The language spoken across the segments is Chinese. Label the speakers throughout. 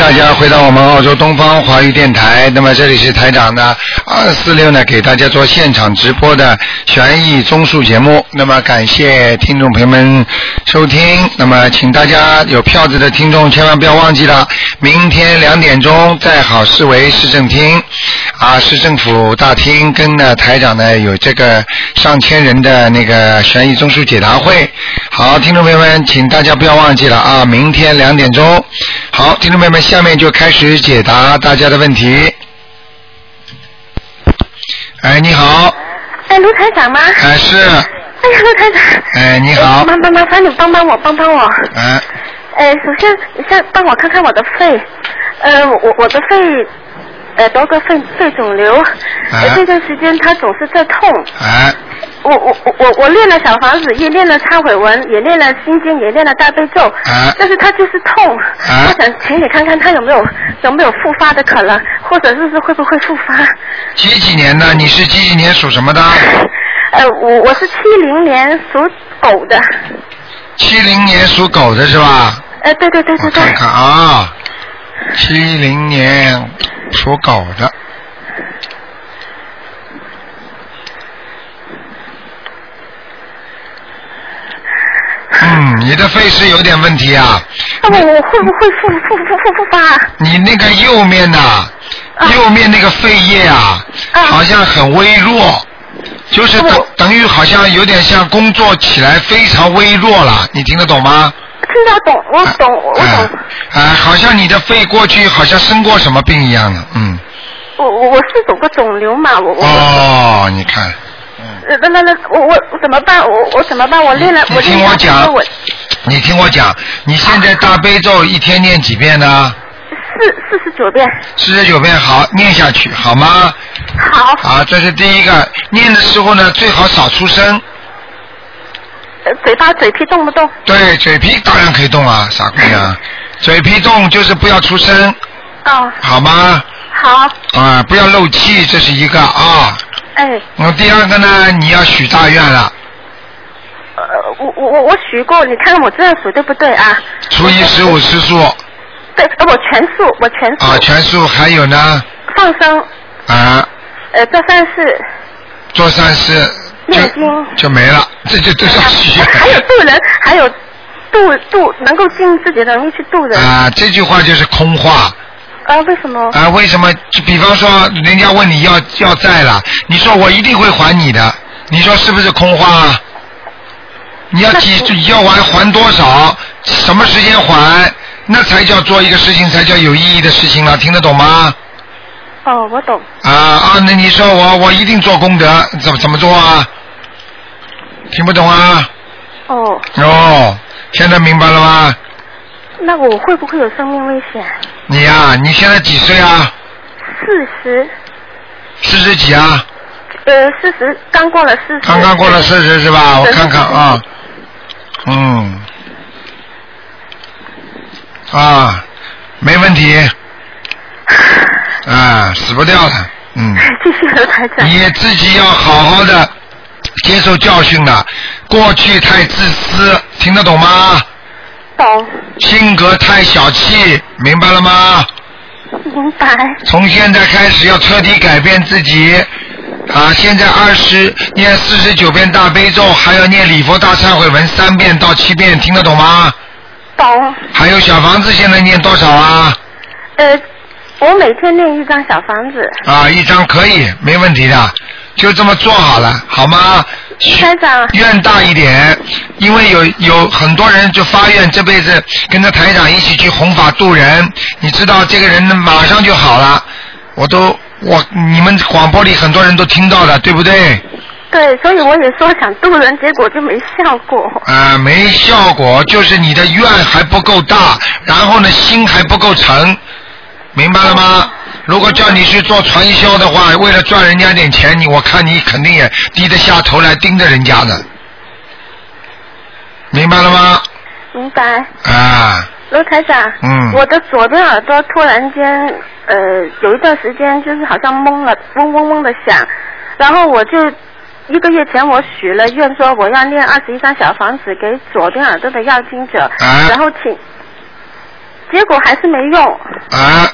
Speaker 1: 大家回到我们澳洲东方华语电台。那么这里是台长呢，二四六呢给大家做现场直播的悬疑综述节目。那么感谢听众朋友们收听。那么请大家有票子的听众千万不要忘记了，明天两点钟在好市委市政厅啊市政府大厅跟呢台长呢有这个上千人的那个悬疑综述解答会。好，听众朋友们，请大家不要忘记了啊，明天两点钟。好，听众朋友们，下面就开始解答大家的问题。哎，你好，
Speaker 2: 哎，卢台长吗？哎
Speaker 1: 哎是，
Speaker 2: 呀，卢台长。
Speaker 1: 哎你好，
Speaker 2: 麻麻麻烦你帮帮我，帮帮我。
Speaker 1: 哎
Speaker 2: 呃，首先你先帮我看看我的肺，呃，我我的肺，呃，得个肺肺肿瘤，呃，这段时间它总是在痛。
Speaker 1: 哎
Speaker 2: 我我我我我练了小房子，也练了忏悔文，也练了心经，也练了大悲咒，
Speaker 1: 哎
Speaker 2: 但是它就是痛。
Speaker 1: 哎
Speaker 2: 我想请你看看它有没有有没有复发的可能，或者是不是会不会复发？
Speaker 1: 几几年的？你是几几年属什么的？
Speaker 2: 呃，我我是七零年属狗的，
Speaker 1: 七零年属狗的是吧？
Speaker 2: 呃，对对对
Speaker 1: 我
Speaker 2: 对对，
Speaker 1: 看看啊，七零年属狗的。嗯，你的肺是有点问题啊。
Speaker 2: 那我我会不会复复复复复发啊？
Speaker 1: 你那个右面呐、
Speaker 2: 啊
Speaker 1: 右面那个肺叶啊，
Speaker 2: 啊
Speaker 1: 好像很微弱，就是等
Speaker 2: 我
Speaker 1: 等于好像有点像工作起来非常微弱了，你听得懂吗？
Speaker 2: 听得懂，我懂，我我
Speaker 1: 啊
Speaker 2: 懂，
Speaker 1: 啊，好像你的肺过去好像生过什么病一样的，嗯。
Speaker 2: 我我我是有个肿瘤嘛，我我。
Speaker 1: 哦，你看，
Speaker 2: 呃那那那我我我怎么办？我我怎么办？我练了，
Speaker 1: 你
Speaker 2: 我
Speaker 1: 听
Speaker 2: 练
Speaker 1: 我
Speaker 2: 了，
Speaker 1: 讲
Speaker 2: 我
Speaker 1: 你听我讲，你现在大悲咒一天念几遍呢？
Speaker 2: 四四十九遍，
Speaker 1: 四十九遍，好，念下去，好吗？
Speaker 2: 好，
Speaker 1: 好，这是第一个。念的时候呢，最好少出声。
Speaker 2: 呃嘴巴嘴皮动不动？
Speaker 1: 对，嘴皮当然可以动啊，傻姑 娘，嘴皮动就是不要出声，
Speaker 2: 哦，
Speaker 1: 好吗？
Speaker 2: 好，
Speaker 1: 啊，不要漏气，这是一个啊。
Speaker 2: 哎，
Speaker 1: 那第二个呢，你要许大愿了，
Speaker 2: 呃，我我我我许过，你看我这样数对不对啊？
Speaker 1: 初一十五吃素
Speaker 2: 对，呃，我全数，我全数，
Speaker 1: 啊，全素，还有呢
Speaker 2: 放生，
Speaker 1: 啊，
Speaker 2: 呃，这算是
Speaker 1: 做善事
Speaker 2: 念
Speaker 1: 就
Speaker 2: 经啊
Speaker 1: 就没了，这就都要许愿。
Speaker 2: 还有渡人，还有渡渡能够尽自己的能力去渡人。
Speaker 1: 啊，这句话就是空话
Speaker 2: 啊，为什么？
Speaker 1: 啊！为什么？就比方说，人家问你要要债了，你说我一定会还你的，你说是不是空话啊？你要
Speaker 2: 那
Speaker 1: 几
Speaker 2: 不
Speaker 1: 你要还还多少？什么时间还？那才叫做一个事情，才叫有意义的事情了，听得懂吗？
Speaker 2: 哦，我懂。
Speaker 1: 啊啊，那你说我我一定做功德，怎么怎么做啊？听不懂啊？
Speaker 2: 哦，
Speaker 1: 哦，现在明白了吗？
Speaker 2: 那我会不会有生命危险？
Speaker 1: 你呀、你现在几岁啊？
Speaker 2: 四十，
Speaker 1: 四十几啊？
Speaker 2: 呃，四十刚过了四十。
Speaker 1: 刚刚过了。四十是吧？我看看啊，嗯，啊，没问 题，啊，死不掉的，嗯，
Speaker 2: 继续和台长。
Speaker 1: 你自己要好好的接受教训了，过去太自私，听得懂吗？
Speaker 2: 懂，
Speaker 1: 性格太小气，明白了吗？
Speaker 2: 明白。
Speaker 1: 从现在开始要彻底改变自己。啊，现在二十念四十九遍大悲咒，还要念礼佛大忏悔文三遍到七遍，听得懂吗？
Speaker 2: 懂。
Speaker 1: 还有小房子现在念多少啊？
Speaker 2: 呃，我每天练一张小房子。
Speaker 1: 啊，一张可以，没问题的，就这么做好了，好吗？
Speaker 2: 台长，
Speaker 1: 愿大一点，因为有有很多人就发愿这辈子跟着台长一起去弘法度人，你知道这个人马上就好了，我都我你们广播里很多人都听到了，对不对？
Speaker 2: 对，所以我也说想渡人，结果就没效果。
Speaker 1: 啊、没效果，就是你的愿还不够大，然后呢，心还不够诚，明白了吗？如果叫你去做传销的话，为了赚人家点钱，你我看你肯定也低得下头来盯着人家的，明白了吗？
Speaker 2: 明白。
Speaker 1: 啊，
Speaker 2: 罗台长，
Speaker 1: 嗯
Speaker 2: 我的左边耳朵突然间，呃，有一段时间就是好像懵了，嗡嗡嗡的响，然后我就一个月前我许了愿，说我要念二十一张小房子给左边耳朵的要经者，
Speaker 1: 啊
Speaker 2: 然后请结果还是没用，
Speaker 1: 啊，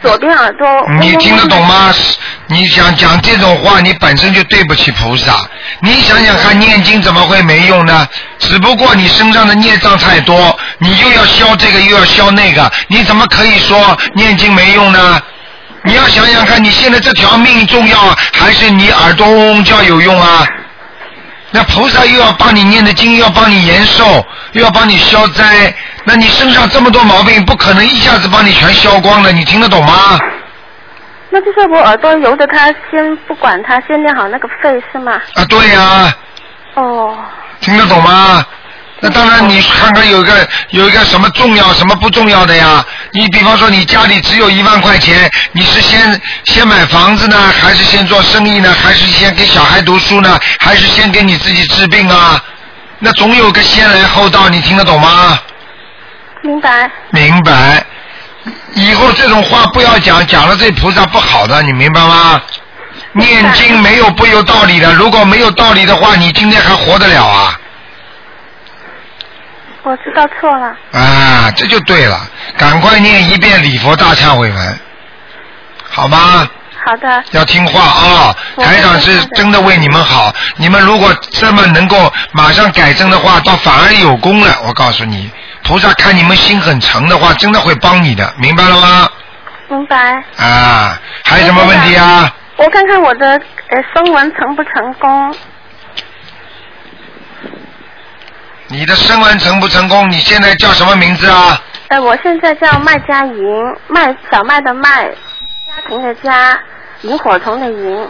Speaker 2: 左边耳朵嗡嗡嗡
Speaker 1: 嗯你听得懂？吗？你想讲这种话，你本身就对不起菩萨。你想想看，念经怎么会没用呢？只不过你身上的孽障太多，你又要消这个又要消那个，你怎么可以说念经没用呢？你要想想看，你现在这条命重要啊，还是你耳朵嗡嗡叫有用啊？那菩萨又要帮你念的经，又要帮你延寿，又要帮你消灾，那你身上这么多毛病，不可能一下子帮你全消光的，你听得懂吗？
Speaker 2: 那就是我耳朵由着它，先不管它，先练好那个肺是吗？
Speaker 1: 啊，对呀、
Speaker 2: 哦，
Speaker 1: 听得懂吗？那当然，你看看有一个有一个什么重要什么不重要的呀？你比方说你家里只有一万块钱，你是先先买房子呢，还是先做生意呢，还是先给小孩读书呢，还是先给你自己治病啊？那总有个先来后到，你听得懂吗？
Speaker 2: 明白。
Speaker 1: 明白。以后这种话不要讲，讲了对菩萨不好的，你明白吗？
Speaker 2: 明白
Speaker 1: 念经没有不有道理的，如果没有道理的话，你今天还活得了啊？
Speaker 2: 我知道错了。
Speaker 1: 啊，这就对了，赶快念一遍礼佛大忏悔文，好吗？
Speaker 2: 好的，
Speaker 1: 要听话啊、
Speaker 2: 我
Speaker 1: 台长是真的为你们好，你们如果这么能够马上改正的话，倒反而有功了。我告诉你，菩萨看你们心很诚的话，真的会帮你的，明白了吗？
Speaker 2: 明白。
Speaker 1: 啊，还有什么问题啊？
Speaker 2: 我看看我的呃声纹成不成功？
Speaker 1: 你的声纹成不成功？你现在叫什么名字啊？
Speaker 2: 呃，我现在叫麦家莹，麦小麦的麦，家庭的家，萤火虫的萤。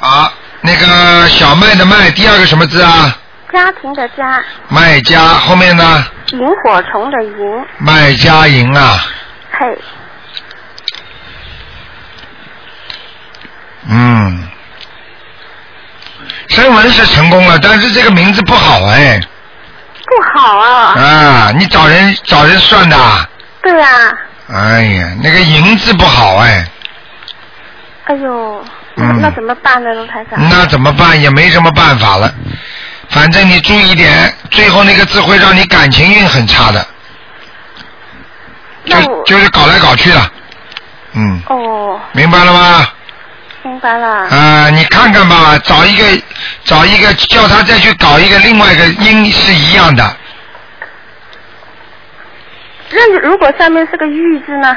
Speaker 1: 啊，那个小麦的麦，第二个什么字啊？
Speaker 2: 家庭的家，
Speaker 1: 麦家后面呢？
Speaker 2: 萤火虫的萤，
Speaker 1: 麦家营啊，
Speaker 2: 嘿，
Speaker 1: 嗯，声纹是成功了，但是这个名字不好哎，
Speaker 2: 不好啊，
Speaker 1: 啊，你找人找人算的啊，
Speaker 2: 对啊，
Speaker 1: 哎呀，那个银字不好哎，
Speaker 2: 哎呦，
Speaker 1: 嗯
Speaker 2: 那怎么办呢，卢台长？
Speaker 1: 那怎么办？也没什么办法了，反正你注意点，最后那个字会让你感情运很差的，
Speaker 2: 那
Speaker 1: 就
Speaker 2: 我
Speaker 1: 就是搞来搞去的，嗯，
Speaker 2: 哦，
Speaker 1: 明白了吗？
Speaker 2: 明白了，
Speaker 1: 啊、你看看吧，找一个，找一个，叫他再去搞一个另外一个音是一样的，
Speaker 2: 那如果下面是个玉字呢？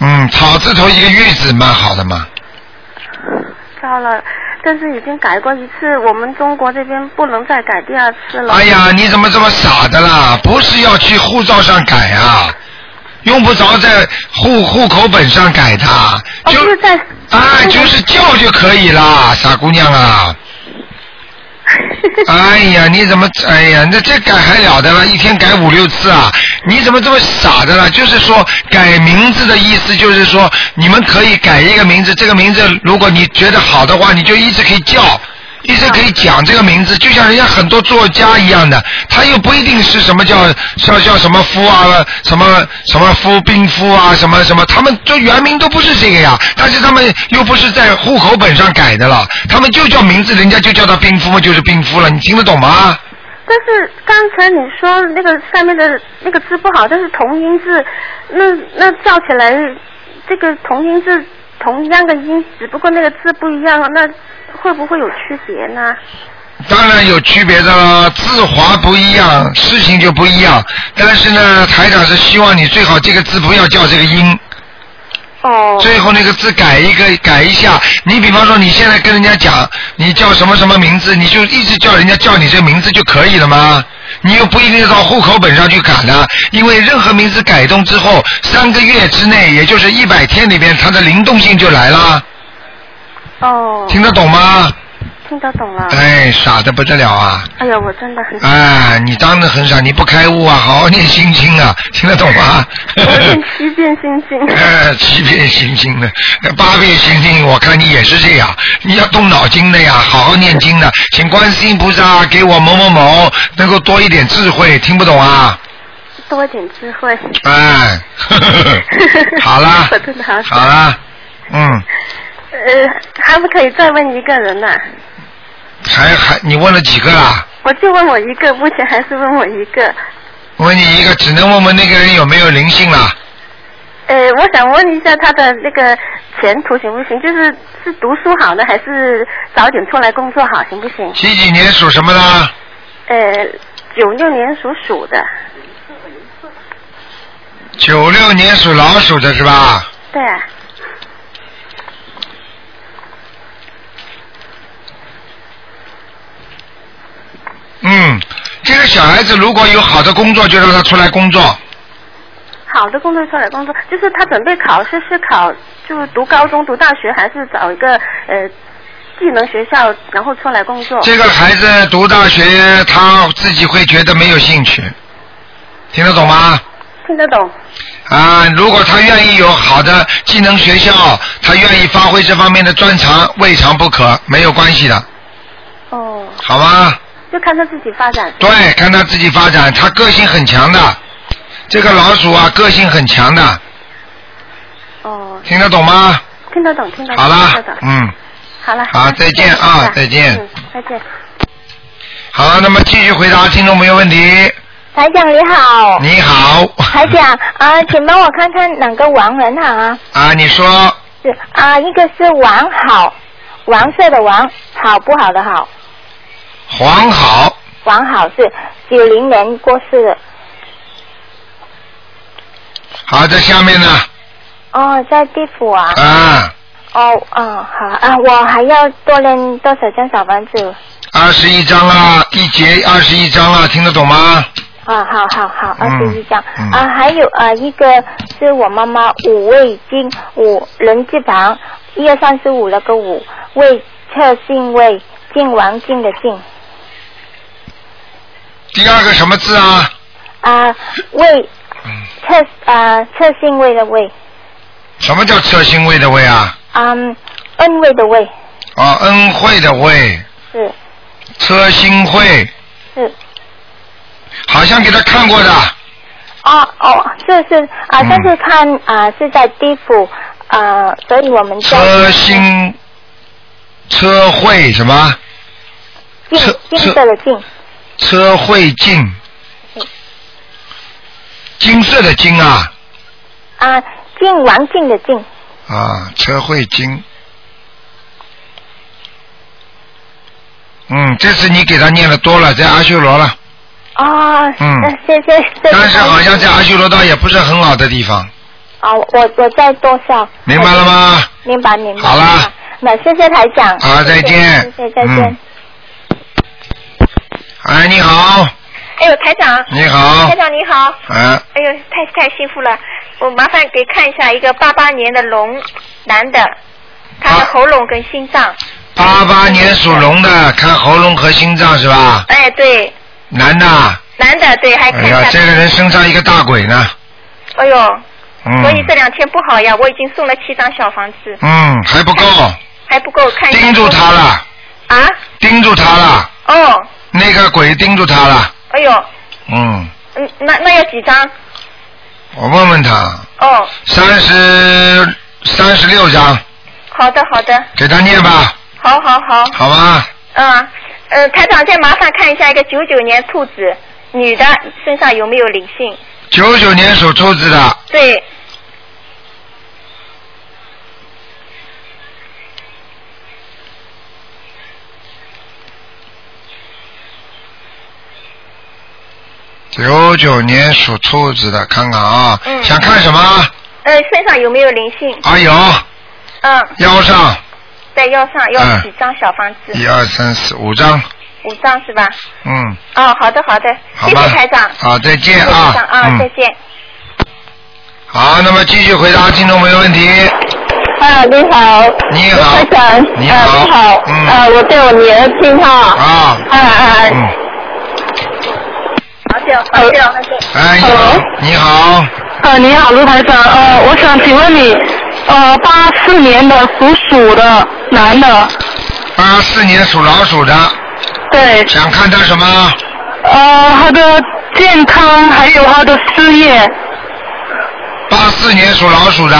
Speaker 1: 嗯，草字头一个玉字，蛮好的嘛。
Speaker 2: 糟了，但是已经改过一次，我们中国这边不能再改第二次了。
Speaker 1: 哎呀，你怎么这么傻的啦？不是要去护照上改啊，用不着在户户口本上改的，
Speaker 2: 哦，
Speaker 1: 就
Speaker 2: 就是在
Speaker 1: 啊，就是叫就可以啦，傻姑娘 啊！哎呀，你怎么哎呀？那这改还了得了？一天改五六次啊？你怎么这么傻的啦？就是说改名字的意思，就是说你们可以改一个名字，这个名字如果你觉得好的话，你就一直可以叫。一直可以讲这个名字，就像人家很多作家一样的，他又不一定是什么叫叫叫什么夫啊，什么什么夫兵夫啊，什么什么，他们这原名都不是这个呀，但是他们又不是在户口本上改的了，他们就叫名字，人家就叫他兵夫嘛，就是兵夫了，你听得懂吗？
Speaker 2: 但是刚才你说那个下面的那个字不好，但是同音字，那那叫起来这个同音字同一样的音，只不过那个字不一样，那会不会有区别呢？
Speaker 1: 当然有区别的啦，字华不一样，事情就不一样。但是呢，台长是希望你最好这个字不要叫这个音，
Speaker 2: 哦，
Speaker 1: 最后那个字改一个改一下。你比方说你现在跟人家讲你叫什么什么名字，你就一直叫人家叫你这个名字就可以了吗？你又不一定到户口本上去改的，因为任何名字改动之后，三个月之内，也就是一百天里边，它的灵动性就来了，
Speaker 2: 哦，
Speaker 1: 听得懂吗？
Speaker 2: 听得懂了。
Speaker 1: 哎，傻的不得了啊！
Speaker 2: 哎呀，我真的很，
Speaker 1: 哎，你当的很傻，你不开悟啊，好好念心经啊，听得懂吗？
Speaker 2: 我变七变星星。
Speaker 1: 呃，七遍心经的，呃八遍心经，我看你也是这样，你要动脑筋的呀，好好念经的，请观世音菩萨给我某某某能够多一点智慧，听不懂啊？
Speaker 2: 多一点智慧。
Speaker 1: 哎，呵呵呵好啦
Speaker 2: 我真的好，
Speaker 1: 好啦，嗯，
Speaker 2: 呃，还不可以再问一个人呢、
Speaker 1: 还还你问了几个啦？
Speaker 2: 我就问我一个，目前还是问我一个。
Speaker 1: 问你一个，只能问问那个人有没有灵性啦。
Speaker 2: 呃，我想问一下他的那个前途行不行？就是是读书好呢，还是早点出来工作好，行不行？
Speaker 1: 几几年属什么的？
Speaker 2: 呃，九六年属鼠的，
Speaker 1: 九六年属老鼠的是吧？
Speaker 2: 对啊，
Speaker 1: 嗯，这个小孩子如果有好的工作，就让他出来工作。
Speaker 2: 好的工作出来工作，就是他准备考试是考就是读高中、读大学，还是找一个呃技能学校，然后出来工作？
Speaker 1: 这个孩子读大学，他自己会觉得没有兴趣，听得懂吗？
Speaker 2: 听得懂？
Speaker 1: 啊，如果他愿意有好的技能学校，他愿意发挥这方面的专长，未尝不可，没有关系的，
Speaker 2: 哦，
Speaker 1: 好吗？
Speaker 2: 就看他自己发展。
Speaker 1: 对，看他自己发展，他个性很强的，这个老鼠啊，个性很强的，
Speaker 2: 哦，
Speaker 1: 听得懂吗？
Speaker 2: 听得懂，听得懂，
Speaker 1: 好啦
Speaker 2: 听得懂，。
Speaker 1: 嗯，
Speaker 2: 好了，
Speaker 1: 好
Speaker 2: 那
Speaker 1: 再见啊再见
Speaker 2: 嗯，再见。
Speaker 1: 好，那么继续回答听众朋友问题。
Speaker 3: 台长你好，
Speaker 1: 你好，
Speaker 3: 台长啊、请帮我看看哪个王人好啊？
Speaker 1: 啊，你说
Speaker 3: 是啊、一个是王好，王色的王，好不好的好，
Speaker 1: 黄好，
Speaker 3: 王好是九零年过世的。
Speaker 1: 好在下面呢，
Speaker 3: 哦，在地府啊。
Speaker 1: 啊，
Speaker 3: 哦，哦，好啊，我还要多练多少张小房子？
Speaker 1: 二十一章啦，一节二十一章啦，听得懂吗？
Speaker 3: 啊，好好好，
Speaker 1: 嗯
Speaker 3: 二十一张。
Speaker 1: 嗯
Speaker 3: 啊，还有啊，一个是我妈妈五味精，五人字旁，一二三四五那个五，味侧性味，靖王靖的靖。
Speaker 1: 第二个什么字啊？
Speaker 3: 啊，味
Speaker 1: 嗯，
Speaker 3: 侧啊侧性味的味，
Speaker 1: 什么叫侧心位的位啊？
Speaker 3: 嗯，恩味的味，
Speaker 1: 哦，恩惠的惠，
Speaker 3: 是
Speaker 1: 车心惠，
Speaker 3: 是。
Speaker 1: 好像给他看过的，
Speaker 3: 哦哦，是是啊，
Speaker 1: 嗯
Speaker 3: 但是看啊是在地府啊，所以我们叫
Speaker 1: 车心车惠什么？
Speaker 3: 靖
Speaker 1: 车
Speaker 3: 靖
Speaker 1: 车
Speaker 3: 色的靖，
Speaker 1: 车慧静，金色的金啊
Speaker 3: 啊，靖王靖的靖。
Speaker 1: 啊，车慧金。嗯，这次你给他念的多了，在阿修罗了，
Speaker 3: 哦，
Speaker 1: 嗯
Speaker 3: 呃谢谢。谢谢
Speaker 1: 但是好像在阿修罗道也不是很好的地方，
Speaker 3: 啊，我我我在多少？
Speaker 1: 明白了？吗？
Speaker 3: 明白明白。
Speaker 1: 好啦
Speaker 3: 明白。那谢谢台长。
Speaker 1: 好再见
Speaker 3: 谢谢再见
Speaker 1: 嗯。哎，你好，
Speaker 4: 哎呦，台长，
Speaker 1: 你好
Speaker 4: 台，长你好，
Speaker 1: 啊，
Speaker 4: 哎呦，太太幸福了。我麻烦给看一下一个八八年的龙男的，他的
Speaker 1: 啊
Speaker 4: 喉咙跟心脏。
Speaker 1: 八八年属龙的，看喉咙和心脏是吧？
Speaker 4: 哎，对，
Speaker 1: 男的啊，
Speaker 4: 男的，对，还看
Speaker 1: 哎
Speaker 4: 一
Speaker 1: 呀，
Speaker 4: 下。
Speaker 1: 这个人身上一个大鬼呢，
Speaker 4: 哎呦，
Speaker 1: 嗯
Speaker 4: 所以这两天不好呀，我已经送了七张小房子，
Speaker 1: 嗯，还不够，
Speaker 4: 还不够，看一下。
Speaker 1: 盯住他。了，
Speaker 4: 啊？
Speaker 1: 盯住他了，
Speaker 4: 哦，
Speaker 1: 那个鬼盯住他了，
Speaker 4: 哎呦，
Speaker 1: 嗯，
Speaker 4: 嗯，那那要几张？
Speaker 1: 我问问他，
Speaker 4: 哦，
Speaker 1: 三十三十六章，
Speaker 4: 好的，好的，
Speaker 1: 给他念吧，
Speaker 4: 好好好，
Speaker 1: 好吗？
Speaker 4: 嗯，呃，台长再麻烦看一下一个九九年兔子女的身上有没有灵性？
Speaker 1: 九九年属兔子的，
Speaker 4: 对，
Speaker 1: 九九年属兔子的，看看啊，
Speaker 4: 嗯
Speaker 1: 想看什么？
Speaker 4: 呃，身上有没有灵性？
Speaker 1: 啊，有
Speaker 4: 嗯，
Speaker 1: 腰上
Speaker 4: 在腰上要
Speaker 1: 嗯
Speaker 4: 几张小房子？
Speaker 1: 一二三四五张，
Speaker 4: 五张是吧？
Speaker 1: 嗯，
Speaker 4: 哦，好的好的，
Speaker 1: 好
Speaker 4: 谢
Speaker 1: 吧
Speaker 4: 谢台长，
Speaker 1: 好，再
Speaker 4: 谢谢
Speaker 1: 见
Speaker 4: 台
Speaker 1: 啊，
Speaker 4: 长啊，再
Speaker 1: 嗯，
Speaker 4: 见。
Speaker 1: 好，那么继续回答听众朋友问题。
Speaker 5: 啊，你好。
Speaker 1: 你好
Speaker 5: 台长。
Speaker 1: 你
Speaker 5: 啊
Speaker 1: 好
Speaker 5: 你好。
Speaker 1: 嗯
Speaker 5: 啊，我对我女儿听哈。
Speaker 1: 啊，
Speaker 5: 啊啊。
Speaker 1: 嗯，
Speaker 4: 好久
Speaker 5: 好久
Speaker 4: 好久。
Speaker 1: 哎，你好
Speaker 5: Hello，
Speaker 1: 你好，
Speaker 5: 啊，你好，卢台长。呃，我想请问你，呃，八四年的属鼠的男的，
Speaker 1: 八四年属老鼠的，
Speaker 5: 对，
Speaker 1: 想看他什么？
Speaker 5: 呃，他的健康还有他的事业，
Speaker 1: 八四年属老鼠的，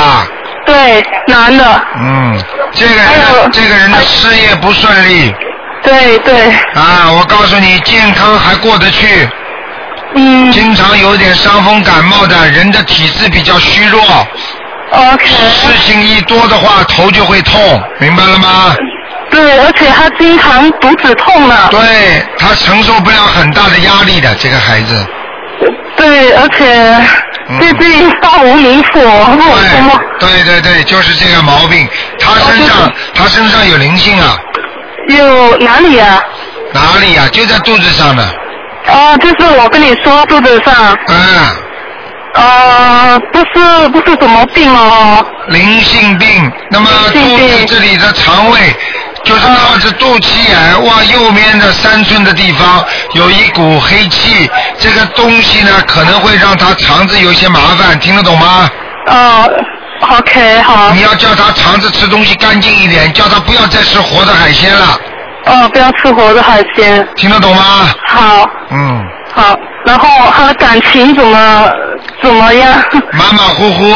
Speaker 5: 对，对，男的，
Speaker 1: 嗯，这个人
Speaker 5: 还有
Speaker 1: 的这个人的事业不顺利
Speaker 5: 对对，
Speaker 1: 啊，我告诉你，健康还过得去，
Speaker 5: 嗯
Speaker 1: 经常有点伤风感冒的人的体质比较虚弱，
Speaker 5: ，OK，
Speaker 1: 事情一多的话头就会痛，明白了吗？
Speaker 5: 对，而且他经常肚子痛了，
Speaker 1: 对他承受不了很大的压力的，这个孩子，
Speaker 5: 对，而且最近放无名火，我什么
Speaker 1: 嗯对对对对，就是这个毛病，他身
Speaker 5: 哦
Speaker 1: 上他身上有灵性啊，
Speaker 5: 有哪里啊？
Speaker 1: 哪里啊？就在肚子上的，
Speaker 5: 哦，就是我跟你说肚子上，
Speaker 1: 嗯，
Speaker 5: 呃，不是不是什么病哦，
Speaker 1: 灵性病，那么
Speaker 5: 灵性
Speaker 1: 肚子
Speaker 5: 病
Speaker 1: 这里的肠胃。就是靠着肚脐眼往右边的三寸的地方有一股黑气，这个东西呢可能会让他肠子有一些麻烦，听得懂吗？
Speaker 5: 哦，OK 好
Speaker 1: 你，要叫他肠子吃东西干净一点，叫他不要再吃活的海鲜了，
Speaker 5: 哦，不要吃活的海鲜，
Speaker 1: 听得懂吗？
Speaker 5: 好，
Speaker 1: 嗯，
Speaker 5: 好，然后他的感情怎么怎么样？
Speaker 1: 马马虎虎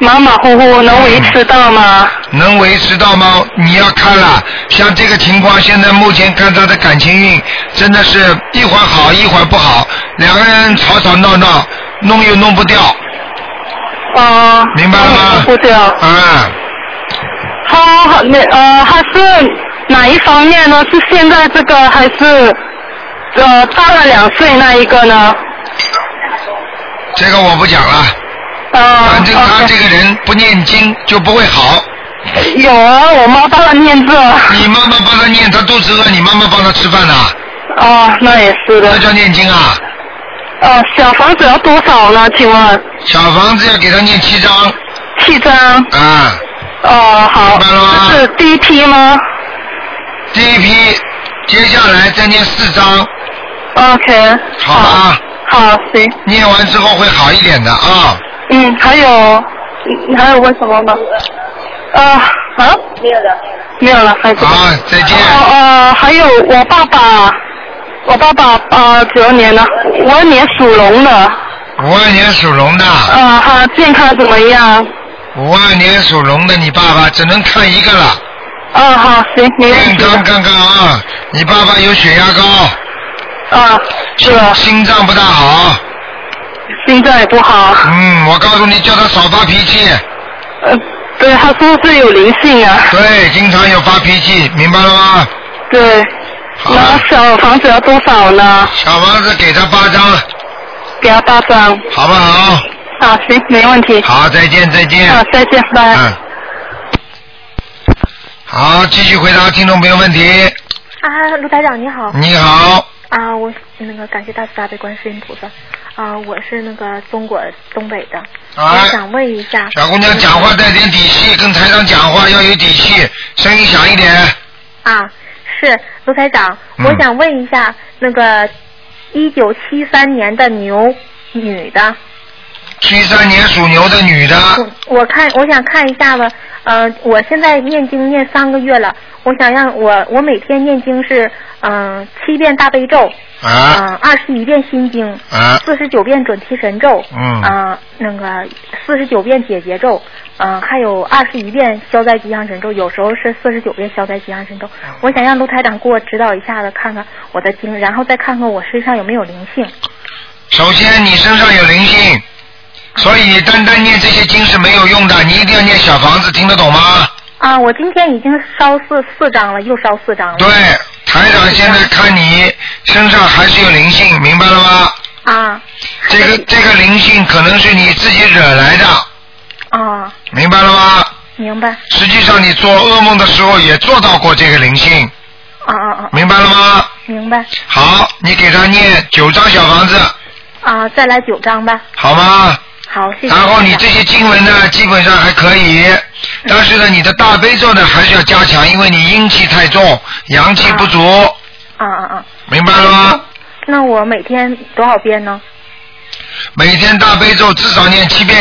Speaker 5: 马马虎虎哦能维持到吗？
Speaker 1: 能维持到吗？你要看了，像这个情况，现在目前看他的感情运真的是一会儿好一会儿不好，两个人吵吵闹闹，弄又弄不掉，
Speaker 5: 哦，
Speaker 1: 明白了吗
Speaker 5: 不掉。
Speaker 1: 啊、
Speaker 5: 他那呃，他是哪一方面呢？是现在这个还是呃大了两岁那一个呢？
Speaker 1: 这个我不讲了，
Speaker 5: 呃，
Speaker 1: 反正他
Speaker 5: OK
Speaker 1: 这个人不念经就不会好。
Speaker 5: 有啊，我妈帮他念字啊了。
Speaker 1: 你妈妈帮他念，他肚子饿，你妈妈帮他吃饭呐、啊
Speaker 5: 哦，那也是的
Speaker 1: 那。叫念经啊。
Speaker 5: 哦，小房子要多少呢？请问
Speaker 1: 小房子要给他念七章
Speaker 5: 七张。
Speaker 1: 啊，
Speaker 5: 哦，好，
Speaker 1: 明白了吗
Speaker 5: 这是第一批吗
Speaker 1: 第一批，接下来再念四章，
Speaker 5: ？OK。
Speaker 1: 好吧？
Speaker 5: 好，行。
Speaker 1: 念完之后会好一点的啊。
Speaker 5: 嗯，还有，嗯还有问什么吗？呃，啊？没有了。没有了，还是。
Speaker 1: 好，再见。
Speaker 5: 哦呃，还有我爸爸，我爸爸呃九二年的，五二年属龙的，
Speaker 1: 五二年属龙的，
Speaker 5: 呃，他健康怎么样？
Speaker 1: 五二年属龙的，你爸爸只能看一个了，
Speaker 5: 啊、好，行，没问
Speaker 1: 健
Speaker 5: 题
Speaker 1: 康
Speaker 5: 的。
Speaker 1: 刚刚啊。你爸爸有血压高，
Speaker 5: 啊，是的，
Speaker 1: 心脏不大好。
Speaker 5: 心脏也不好。
Speaker 1: 嗯，我告诉你，叫他少发脾气。
Speaker 5: 呃，对，他说是有灵性啊。
Speaker 1: 对，经常有发脾气，明白了吗？
Speaker 5: 对。
Speaker 1: 好
Speaker 5: 那
Speaker 1: 了，
Speaker 5: 小房子要多少呢？
Speaker 1: 小房子给他八张，
Speaker 5: 给他八张。
Speaker 1: 好不好？
Speaker 5: 好，行，没问题。
Speaker 1: 好，再见，再见。
Speaker 5: 好，再见，拜。
Speaker 1: 嗯。好，继续回答听众朋友问题。
Speaker 6: 啊，卢台长你好
Speaker 1: 你好，
Speaker 6: 啊，我那个感谢大慈大悲观世音菩萨啊，我是那个中国东北的，
Speaker 1: 啊
Speaker 6: 我，想问一下，
Speaker 1: 小姑娘讲话带点底气，跟台长讲话要有底气，声音响一点。
Speaker 6: 啊，是卢台长，
Speaker 1: 嗯
Speaker 6: 我想问一下那个一九七三年的牛女的，
Speaker 1: 七三年属牛的女
Speaker 5: 嗯
Speaker 1: 的，
Speaker 6: 我我看我想看一下吧，呃，我现在念经念三个月了，我想让我我每天念经是嗯、呃七遍大悲咒，
Speaker 1: 啊
Speaker 6: 嗯二十一遍心经，
Speaker 1: 啊，
Speaker 6: 四十九遍准提神咒，
Speaker 1: 嗯
Speaker 6: 啊、那个四十九遍解结咒，嗯、还有二十一遍消灾吉祥神咒，有时候是四十九遍消灾吉祥神咒。
Speaker 1: 嗯
Speaker 6: 我想让卢台长给我指导一下子，看看我的经，然后再看看我身上有没有灵性。
Speaker 1: 首先你身上有灵性，所以单单念这些经是没有用的，你一定要念小房子，听得懂吗？
Speaker 6: 啊，我今天已经烧四四张了，又烧四张了。
Speaker 1: 对，台长现在看你身上还是有灵性，明白了吗？
Speaker 6: 啊
Speaker 1: 这个这个灵性可能是你自己惹来的，
Speaker 6: 啊，
Speaker 1: 明白了吗？
Speaker 6: 明白。
Speaker 1: 实际上你做噩梦的时候也做到过这个灵性，
Speaker 6: 啊啊啊，
Speaker 1: 明白了吗？
Speaker 6: 明白。
Speaker 1: 好，你给他念九张小房子，
Speaker 6: 啊，再来九张吧。
Speaker 1: 好吗？
Speaker 6: 好，谢谢。
Speaker 1: 然后你这些经文呢，基本上还可以，但是呢，你的大悲咒呢还是要加强，因为你阴气太重，阳气不足，
Speaker 6: 啊啊啊，
Speaker 1: 明白了吗？
Speaker 6: 那我每天多少遍呢？
Speaker 1: 每天大悲咒至少念七遍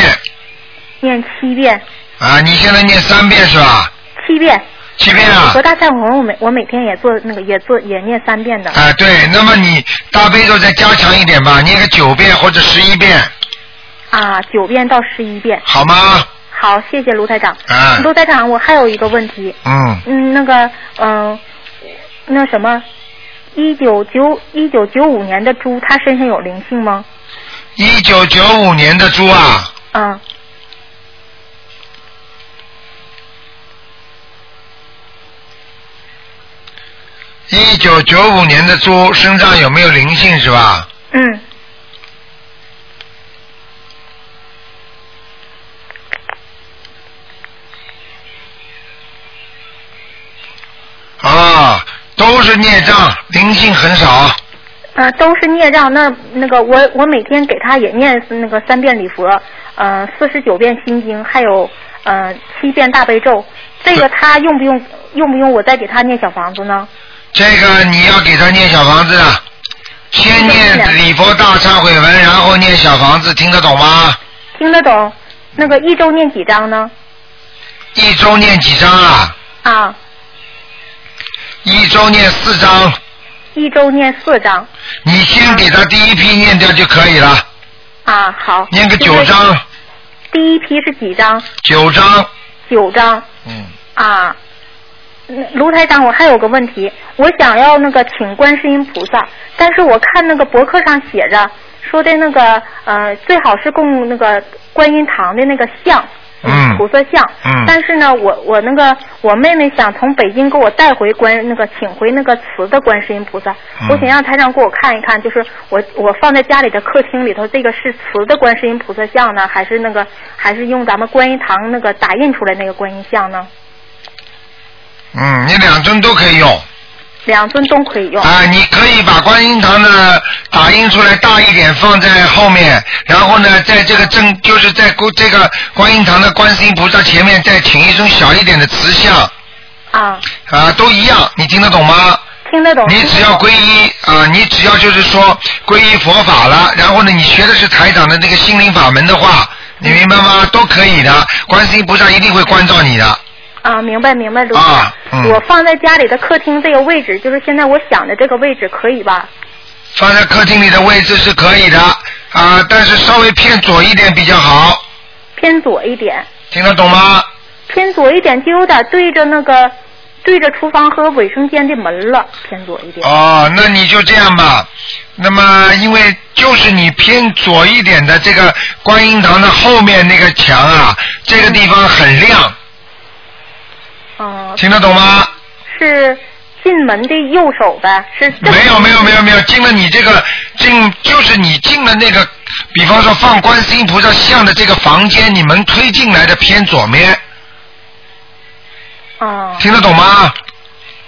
Speaker 6: 念七遍，
Speaker 1: 啊，你现在念三遍是吧？
Speaker 6: 七遍。
Speaker 1: 七遍啊
Speaker 6: 和？大忏悔文，我每我每天也做那个也做也念三遍的。
Speaker 1: 啊，对，那么你大悲咒再加强一点吧，念个九遍或者十一遍，
Speaker 6: 啊，九遍到十一遍，
Speaker 1: 好吗？
Speaker 6: 好好，谢谢卢台长。
Speaker 1: 啊
Speaker 6: 卢台长，我还有一个问题，
Speaker 1: 嗯，
Speaker 6: 嗯，那个，嗯、那什么，一九九一九九五年的猪，它身上有灵性吗？
Speaker 1: 一九九五年的猪啊，
Speaker 6: 嗯，
Speaker 1: 一九九五年的猪身上有没有灵性是吧？
Speaker 6: 嗯，
Speaker 1: 啊，都是孽障，灵性很少。
Speaker 6: 呃，都是孽障。那那个我我每天给他也念那个三遍礼佛，呃，四十九遍心经，还有呃七遍大悲咒。这个他用不用用不用我再给他念小房子呢？
Speaker 1: 这个你要给他念小房子啊，先念礼佛大忏悔文，然后念小房子，听得懂吗？
Speaker 6: 听得懂？那个一周念几张呢？
Speaker 1: 一周念几张啊？
Speaker 6: 啊，
Speaker 1: 一周念四张，
Speaker 6: 一周念四张。
Speaker 1: 你先给他第一批念掉就可以了，
Speaker 6: 啊，好。
Speaker 1: 念个九
Speaker 6: 就是
Speaker 1: 张，
Speaker 6: 第一批是几张？
Speaker 1: 九张，
Speaker 6: 九张
Speaker 1: 嗯，
Speaker 6: 啊。嗯卢台长，我还有个问题，我想要那个请观世音菩萨，但是我看那个博客上写着，说的那个呃，最好是供那个观音堂的那个像，
Speaker 1: 嗯
Speaker 6: 菩萨像。
Speaker 1: 嗯
Speaker 6: 但是呢，我我那个我妹妹想从北京给我带回观那个请回那个瓷的观世音菩萨，
Speaker 1: 嗯
Speaker 6: 我想让台长给我看一看，就是我我放在家里的客厅里头，这个是瓷的观世音菩萨像呢，还是那个还是用咱们观音堂那个打印出来那个观音像呢？
Speaker 1: 嗯，你两尊都可以用。
Speaker 6: 两尊都可以用。
Speaker 1: 啊，你可以把观音堂的打印出来大一点放在后面，然后呢，在这个正就是在这个观音堂的观世音菩萨前面再请一尊小一点的瓷像
Speaker 6: 啊，
Speaker 1: 啊，都一样，你听得懂吗？
Speaker 6: 听得懂。
Speaker 1: 你只要皈依啊、你只要就是说皈依佛法了，然后呢，你学的是台长的那个心灵法门的话，你明白吗？都可以的，观世音菩萨一定会关照你的。
Speaker 6: 啊，明白明白，卢台长。
Speaker 1: 啊嗯
Speaker 6: 我放在家里的客厅这个位置，就是现在我想的这个位置，可以吧？
Speaker 1: 放在客厅里的位置是可以的啊、但是稍微偏左一点比较好，
Speaker 6: 偏左一点，
Speaker 1: 听得懂吗？
Speaker 6: 偏左一点就有点对着那个对着厨房和卫生间的门了，偏左一点。
Speaker 1: 哦，那你就这样吧。那么，因为就是你偏左一点的这个观音堂的后面那个墙啊，这个地方很亮，
Speaker 6: 嗯，
Speaker 1: 听得懂吗？
Speaker 6: 是进门的右手呗？是正
Speaker 1: 没有没有没有没有，进了你这个进就是你进了那个，比方说放观世音菩萨像的这个房间，你们推进来的偏左面，
Speaker 6: 啊、
Speaker 1: 听得懂吗？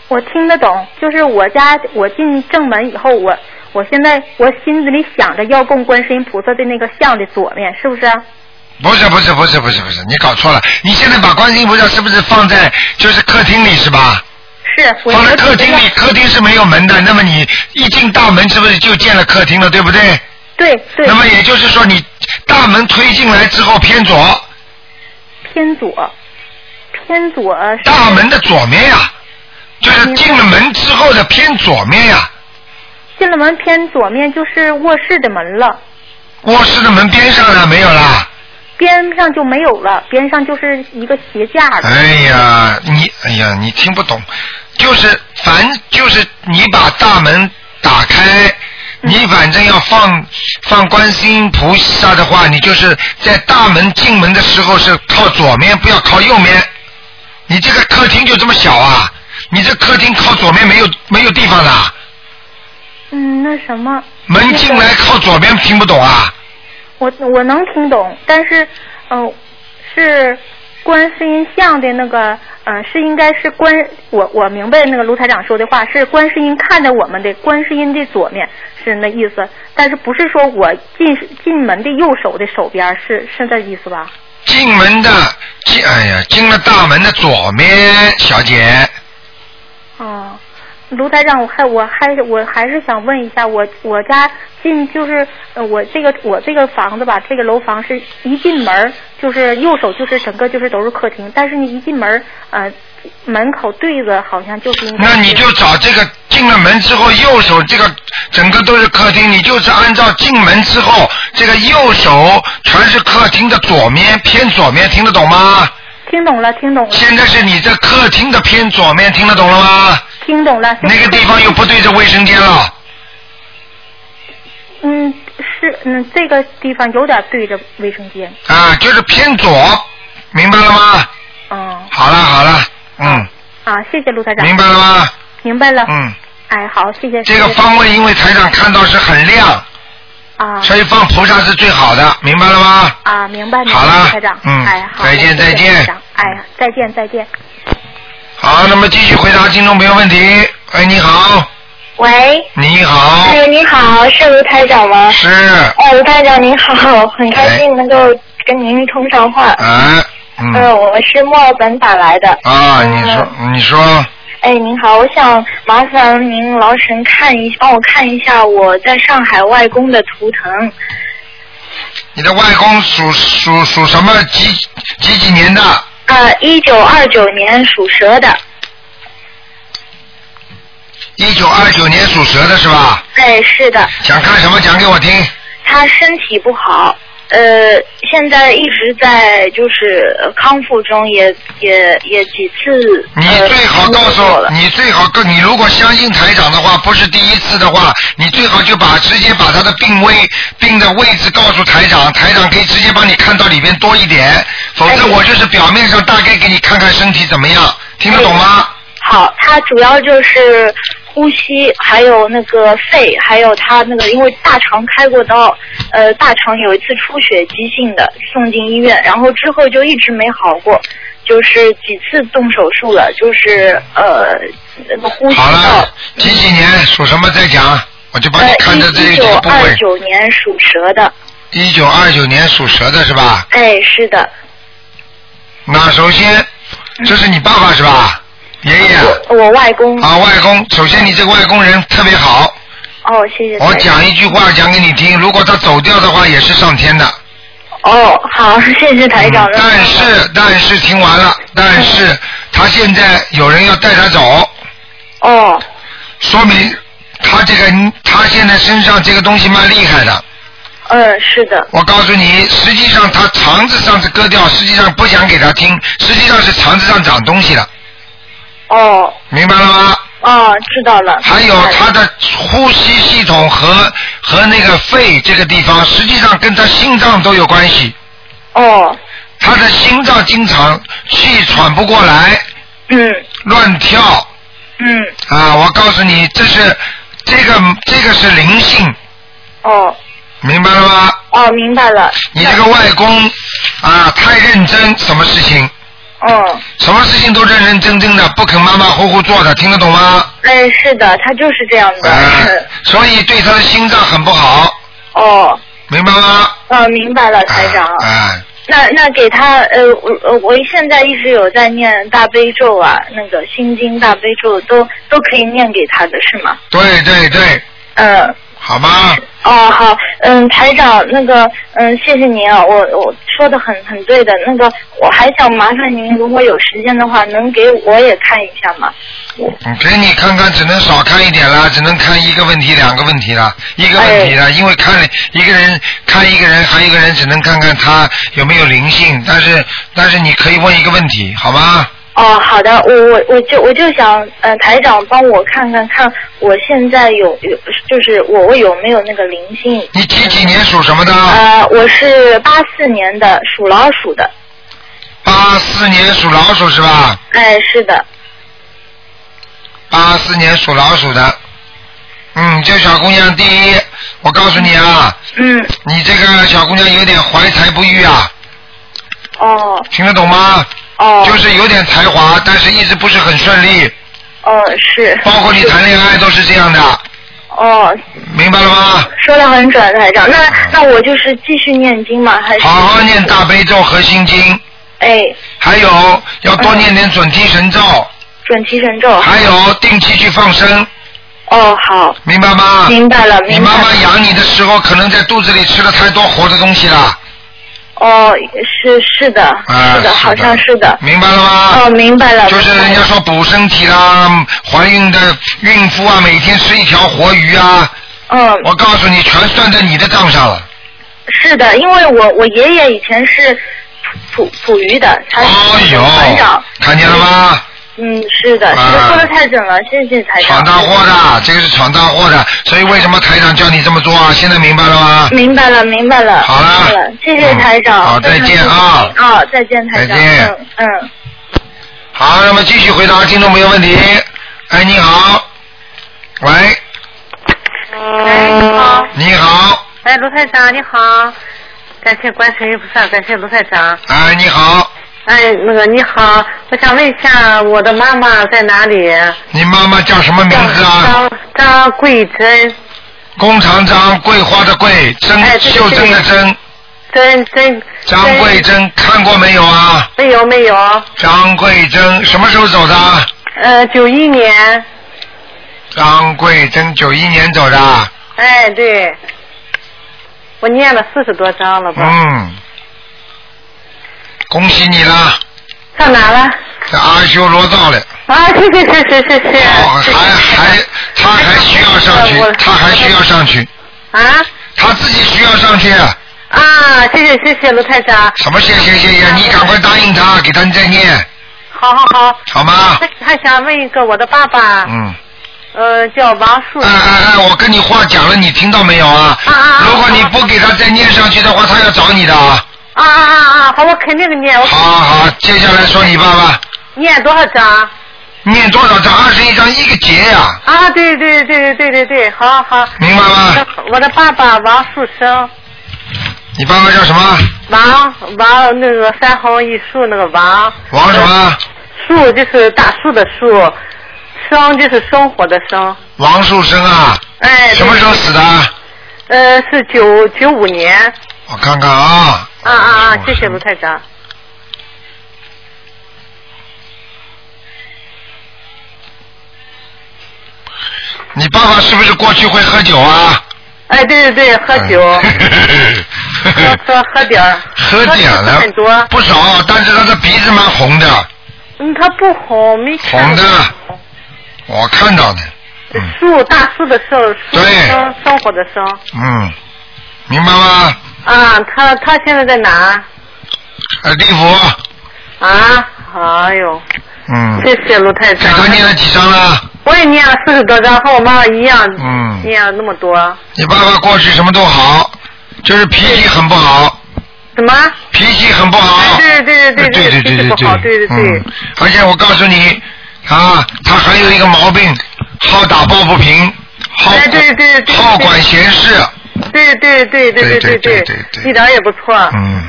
Speaker 6: 我听得懂，就是我家我进正门以后，我我现在我心子里想着要供观世音菩萨的那个像的左面，是不啊是？
Speaker 1: 不是不是不是不是不是，你搞错了。你现在把观世音菩萨是不是放在就是客厅里是吧？
Speaker 6: 是，我
Speaker 1: 放在客
Speaker 6: 觉
Speaker 1: 厅
Speaker 6: 得
Speaker 1: 里，客厅是没有门的。那么你一进大门，是不是就见了客厅了，对不对？
Speaker 6: 对对
Speaker 1: 那，么也就是说，你大门推进来之后偏左，
Speaker 6: 偏左，偏左是
Speaker 1: 大门的左面呀、就是进了门之后的偏左面呀、
Speaker 6: 进了门偏左面就是卧室的门了，
Speaker 1: 卧室的门边上了没有啦？
Speaker 6: 边上就没有了，边上就是一个鞋架的。
Speaker 1: 哎呀，你哎呀，你听不懂，就是凡就是你把大门打开，你反正要放放观世音菩萨的话，你就是在大门进门的时候是靠左面，不要靠右面。你这个客厅就这么小啊？你这客厅靠左面没有没有地方的啊，
Speaker 6: 嗯，那什么，
Speaker 1: 门进来靠左边听不懂啊？
Speaker 6: 我我能听懂，但是，嗯、是观世音像的那个，嗯、是应该是观，我我明白那个卢台长说的话，是观世音看着我们的，观世音的左面是那意思，但是不是说我进进门的右手的手边是是这意思吧？
Speaker 1: 进门的进，哎呀，进了大门的左面，小姐。
Speaker 6: 哦，卢台长，我还我还我还是想问一下，我我家进就是呃我这个我这个房子吧，这个楼房是一进门儿就是右手就是整个就是都是客厅，但是你一进门儿呃门口对着好像就是应该
Speaker 1: 那你
Speaker 6: 是
Speaker 1: 就找这个进了门之后，右手这个整个都是客厅，你就是按照进门之后，这个右手全是客厅的左面，偏左面，听得懂吗？
Speaker 6: 听懂了，听懂了，
Speaker 1: 现在是你这客厅的偏左面，听得懂了吗？
Speaker 6: 听懂了。
Speaker 1: 那个地方又不对着卫生间了，
Speaker 6: 嗯，是嗯，这个地方有点对着卫生间，
Speaker 1: 啊，就是偏左，明白了吗？
Speaker 6: 嗯
Speaker 1: 好了好了，嗯，
Speaker 6: 啊，谢谢卢台长，
Speaker 1: 明白了吗？
Speaker 6: 明白了，
Speaker 1: 嗯，
Speaker 6: 哎，好，谢谢。
Speaker 1: 这个
Speaker 6: 谢谢
Speaker 1: 方位因为台长看到是很亮，
Speaker 6: 啊
Speaker 1: 所以放菩萨是最好的，明白了吗？
Speaker 6: 啊，明白明
Speaker 1: 好了
Speaker 6: 白，台长，
Speaker 1: 嗯
Speaker 6: 哎，好，
Speaker 1: 再见
Speaker 6: 谢谢
Speaker 1: 再见
Speaker 6: 台长哎呀，再见再见。
Speaker 1: 好，那么继续回答听众朋友问题。哎，你好，
Speaker 7: 喂，
Speaker 1: 你好，
Speaker 7: 哎，你好，是卢台长吗？
Speaker 1: 是，
Speaker 7: 哦，卢台长您好，很开心能够跟您通上话。
Speaker 1: 哎，嗯，
Speaker 7: 呃，我是墨尔本打来的。嗯
Speaker 1: 啊，你说，你说，
Speaker 7: 哎，您好，我想麻烦您劳神看一，帮我看一下我在上海外公的图腾。
Speaker 1: 你的外公属属属什么几几几年的？
Speaker 7: 呃，一九二九年属蛇的。
Speaker 1: 一九二九年属蛇的是吧？
Speaker 7: 哎，是的，
Speaker 1: 想看什么讲给我听。
Speaker 7: 他身体不好，呃，现在一直在就是呃康复中也，也也几次。
Speaker 1: 你
Speaker 7: 呃
Speaker 1: 最好告诉
Speaker 7: 工作了
Speaker 1: 我，。你最好跟你如果相信台长的话，不是第一次的话，你最好就把直接把他的病危病的位置告诉台长，台长可以直接帮你看到里边多一点，否
Speaker 7: 哎
Speaker 1: 则我就是表面上大概给你看看身体怎么样，听得懂
Speaker 7: 哎
Speaker 1: 吗？
Speaker 7: 好，他主要就是呼吸，还有那个肺，还有他那个因为大肠开过刀，呃，大肠有一次出血急性的送进医院，然后之后就一直没好过，就是几次动手术了，就是呃那个呼吸
Speaker 1: 好
Speaker 7: 道
Speaker 1: 了。，几几年属什么再讲，我就帮你
Speaker 7: 呃，
Speaker 1: 看着这几
Speaker 7: 一九
Speaker 1: 个部
Speaker 7: 二
Speaker 1: 位。
Speaker 7: 九年属蛇的，
Speaker 1: 一九二九年属蛇的是吧？
Speaker 7: 哎，是的，
Speaker 1: 那首先，这是你爸爸是吧？爷爷
Speaker 7: 嗯我我外公。
Speaker 1: 啊，外公，首先你这个外公人特别好，
Speaker 7: 哦，谢谢。
Speaker 1: 我讲一句话讲给你听，如果他走掉的话也是上天的。嗯
Speaker 7: 哦，好，谢谢台长。
Speaker 1: 但是但是听完了，但是他现在有人要带他走，
Speaker 7: 哦，
Speaker 1: 说明他这个他现在身上这个东西蛮厉害的。
Speaker 7: 嗯，是的，
Speaker 1: 我告诉你，实际上他肠子上次割掉，实际上不想给他听，实际上是肠子上长东西了，
Speaker 7: 哦，
Speaker 1: 明白了吗？
Speaker 7: 哦，知道了。
Speaker 1: 还有他的呼吸系统和和那个肺这个地方，实际上跟他心脏都有关系。
Speaker 7: 哦，
Speaker 1: 他的心脏经常气喘不过来，
Speaker 7: 嗯
Speaker 1: 乱跳
Speaker 7: 嗯，
Speaker 1: 啊！我告诉你，这是这个这个是灵性，
Speaker 7: 哦
Speaker 1: 明白了吗？
Speaker 7: 哦，明白了。
Speaker 1: 你这个外公啊，太认真，什么事情
Speaker 7: 嗯，
Speaker 1: 什么事情都认认真真的，不肯马马虎虎做的，听得懂吗？
Speaker 7: 哎，是的，他就是这样的。
Speaker 1: 啊、所以对他的心脏很不好，
Speaker 7: 哦，
Speaker 1: 明白吗？
Speaker 7: 嗯、明白了，台长。
Speaker 1: 啊啊
Speaker 7: 那那给他呃，我呃我现在一直有在念大悲咒啊，那个心经大悲咒都都可以念给他的是吗？
Speaker 1: 对对对，
Speaker 7: 嗯、
Speaker 1: 好吗？
Speaker 7: 哦，好，嗯，台长，那个，嗯，谢谢您啊，我我说的很很对的，那个我还想麻烦您，如果有时间的话，能给我也看一下吗？
Speaker 1: 嗯给你看看，只能少看一点啦，只能看一个问题、两个问题啦，一个问题啦，因为看了一个人，看一个人，还有一个人，只能看看他有没有灵性。但是，但是你可以问一个问题，好吗？
Speaker 7: 哦，好的，我我我就我就想，呃，台长帮我看看看，我现在有有就是我我有没有那个灵性？
Speaker 1: 你几几年属什么的？
Speaker 7: 呃，我是八四年的，属老鼠的。
Speaker 1: 八四年属老鼠是吧？
Speaker 7: 哎，是的，
Speaker 1: 八四年属老鼠的。嗯，这小姑娘，第一，我告诉你啊，
Speaker 7: 嗯，
Speaker 1: 你这个小姑娘有点怀才不遇啊，
Speaker 7: 哦
Speaker 1: 听得懂吗？
Speaker 7: 哦，
Speaker 1: 就是有点才华，但是一直不是很顺利，
Speaker 7: 哦是，
Speaker 1: 包括你谈恋爱都是这样的。
Speaker 7: 哦，
Speaker 1: 明白了吗？
Speaker 7: 说的很准，台长，那那我就是继续念经嘛，还是
Speaker 1: 好好念大悲咒和心经，
Speaker 7: 哎，嗯
Speaker 1: 还有要多念点准提神咒，
Speaker 7: 准提神咒。
Speaker 1: 还有定期去放生，
Speaker 7: 哦，好，
Speaker 1: 明白吗？
Speaker 7: 明白了，
Speaker 1: 你
Speaker 7: 明白
Speaker 1: 妈妈
Speaker 7: 了。
Speaker 1: 养你的时候，可能在肚子里吃了太多活的东西了，
Speaker 7: 哦，是是的，
Speaker 1: 啊
Speaker 7: 是的，好像是的。
Speaker 1: 明白了吗？
Speaker 7: 哦，明白了。
Speaker 1: 就是人家说补身体啦，怀孕的孕妇啊，每天吃一条活鱼啊，
Speaker 7: 嗯，
Speaker 1: 我告诉你，全算在你的账上了。
Speaker 7: 是的，因为我我爷爷以前是捕捕捕鱼的，他
Speaker 1: 哎
Speaker 7: 是
Speaker 1: 呦
Speaker 7: 船长。，
Speaker 1: 看见了吗？
Speaker 7: 嗯，是的，是的，
Speaker 1: 啊
Speaker 7: 说的太准了，谢谢台
Speaker 1: 闯
Speaker 7: 长。
Speaker 1: 大祸的，这个是闯大祸的，所以为什么台长叫你这么做啊？现在明白了吗？
Speaker 7: 明白了，明白了。
Speaker 1: 好了
Speaker 7: 明白了，谢谢台长。
Speaker 1: 嗯好再见啊
Speaker 7: 啊，再见，台
Speaker 1: 再
Speaker 7: 长。
Speaker 1: 见
Speaker 7: 嗯嗯，
Speaker 1: 好，那么继续回答听众朋友问题。哎，你好，喂，
Speaker 2: 哎，你好，
Speaker 1: 你好，
Speaker 2: 哎，卢台长你好，感谢观世音菩萨，感谢卢台长。
Speaker 1: 哎，你好，
Speaker 2: 哎，那个你好，我想问一下我的妈妈在哪里？
Speaker 1: 你妈妈叫什么名字啊？
Speaker 2: 张张桂珍，
Speaker 1: 弓长张，桂花的桂，珍
Speaker 2: 哎对对
Speaker 1: 袖珍的珍，
Speaker 2: 珍珍
Speaker 1: 张桂珍，看过没有啊？
Speaker 2: 没有没有，
Speaker 1: 张桂珍什么时候走的啊？
Speaker 2: 呃，九一年，
Speaker 1: 张桂珍九一年走的啊，
Speaker 2: 哎，对，我念了四十多章了吧？
Speaker 1: 嗯，恭喜你啦，
Speaker 2: 上哪了？
Speaker 1: 在阿修罗道了。
Speaker 2: 啊，谢谢谢谢谢谢。
Speaker 1: 哦，还还他还需要上去
Speaker 2: 哎我，
Speaker 1: 他还需要上去，
Speaker 2: 啊
Speaker 1: 他自己需要上去。
Speaker 2: 啊，谢谢谢谢卢台长，
Speaker 1: 什么谢谢谢谢，你赶快答应他，给他再念，
Speaker 2: 好好好。
Speaker 1: 好吗？
Speaker 2: 还还想问一个，我的爸爸，
Speaker 1: 嗯。
Speaker 2: 呃，叫王树
Speaker 1: 哎。哎哎，我跟你话讲了，你听到没有啊
Speaker 2: 啊啊啊？
Speaker 1: 如果你不给他再念上去的话，他要找你的啊。
Speaker 2: 啊啊啊啊！好，我肯定念，我
Speaker 1: 好好好，接下来说你爸爸
Speaker 2: 念多少章？
Speaker 1: 念多少章？二十一章一个节呀、
Speaker 2: 啊，对对对对对对对，好好。
Speaker 1: 明白吗？
Speaker 2: 我的爸爸王树生，
Speaker 1: 你爸爸叫什么？
Speaker 2: 王王那个三横一竖那个王，
Speaker 1: 王什么？
Speaker 2: 树就是大树的树，生就是生活的生。
Speaker 1: 王树生啊？
Speaker 2: 哎，
Speaker 1: 什么时候死的？
Speaker 2: 对？呃，是九九五年。
Speaker 1: 我看看啊。
Speaker 2: 啊啊啊！谢谢卢台长。
Speaker 1: 你爸爸是不是过去会喝酒啊？
Speaker 2: 哎，对对对，喝酒， 喝喝喝点儿，
Speaker 1: 喝点
Speaker 2: 喝
Speaker 1: 了
Speaker 2: 很多，
Speaker 1: 不少，啊但是他的鼻子蛮红的，
Speaker 2: 嗯，他不红，没看
Speaker 1: 红的，我看到的。嗯
Speaker 2: 树大树的树，树
Speaker 1: 对
Speaker 2: 生生活的生
Speaker 1: 嗯，明白吗？
Speaker 2: 啊，他他现在在哪
Speaker 1: 呃，地府，
Speaker 2: 啊？哎呦，
Speaker 1: 嗯，
Speaker 2: 谢谢卢太
Speaker 1: 给
Speaker 2: 长，
Speaker 1: 他念了几张了？
Speaker 2: 我也念了四十多章，和我妈妈一样，
Speaker 1: 嗯
Speaker 2: 念了那么多。
Speaker 1: 你爸爸过去什么都好，就是脾气很不好，
Speaker 2: 什么？
Speaker 1: 脾气很不好。
Speaker 2: 哎对对对
Speaker 1: 对对
Speaker 2: 对脾气
Speaker 1: 对
Speaker 2: 不好对对对
Speaker 1: 嗯，而且我告诉你，啊，他还有一个毛病，好打抱不平，好
Speaker 2: 哎对对对对
Speaker 1: 好管闲事，
Speaker 2: 对对对
Speaker 1: 对对
Speaker 2: 对对
Speaker 1: 对对对
Speaker 2: 一点儿也不错。
Speaker 1: 嗯，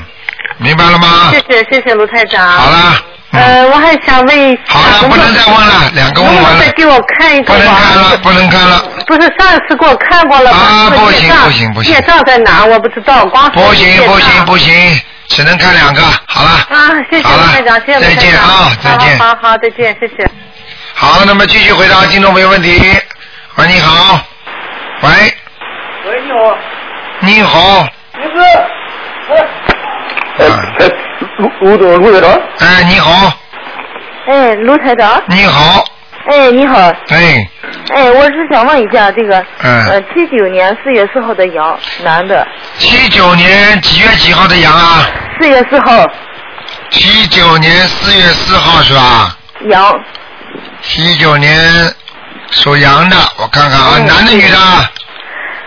Speaker 1: 明白了吗
Speaker 2: 谢？谢谢谢卢太长。
Speaker 1: 好了，嗯，
Speaker 2: 呃，我还想问一下，
Speaker 1: 好了，不能再问了，两个
Speaker 2: 能
Speaker 1: 问
Speaker 2: 不
Speaker 1: 完
Speaker 2: 能再
Speaker 1: 了，
Speaker 2: 给我看一个
Speaker 1: 不能看了，
Speaker 2: 网？
Speaker 1: 不能看了。
Speaker 2: 不是上次给我看过了吗？
Speaker 1: 啊
Speaker 2: 说
Speaker 1: 不
Speaker 2: 业
Speaker 1: 行
Speaker 2: 障
Speaker 1: 不行不行
Speaker 2: 业障在哪？我不知道，光说
Speaker 1: 不行
Speaker 2: 业
Speaker 1: 不行
Speaker 2: 障
Speaker 1: 不行，只能看两个，好了。
Speaker 2: 啊！谢谢
Speaker 1: 好了
Speaker 2: 卢台长，谢谢卢
Speaker 1: 再
Speaker 2: 台
Speaker 1: 见
Speaker 2: 长
Speaker 1: 啊，再见。
Speaker 2: 好好好好，再见，谢谢。
Speaker 1: 好，那么继续回答听众朋友问题。喂，你好。喂，
Speaker 3: 喂，你好，
Speaker 1: 你好。
Speaker 3: 你
Speaker 7: 嗯
Speaker 3: 是，哎，
Speaker 1: 啊
Speaker 3: 哎，卢卢总，卢院长，
Speaker 1: 哎，你好，
Speaker 8: 哎，卢台长，
Speaker 1: 你好，
Speaker 8: 哎，你好，
Speaker 1: 哎，
Speaker 8: 哎，我是想问一下这个，呃
Speaker 1: 嗯，，
Speaker 8: 七九年四月四号的羊，男的，
Speaker 1: 七九年几月几号的羊啊？
Speaker 8: 四月四号
Speaker 1: 七九年四月四号是吧？
Speaker 8: 羊，
Speaker 1: 七九年属羊的，我看看
Speaker 8: 嗯
Speaker 1: 啊，男的女的？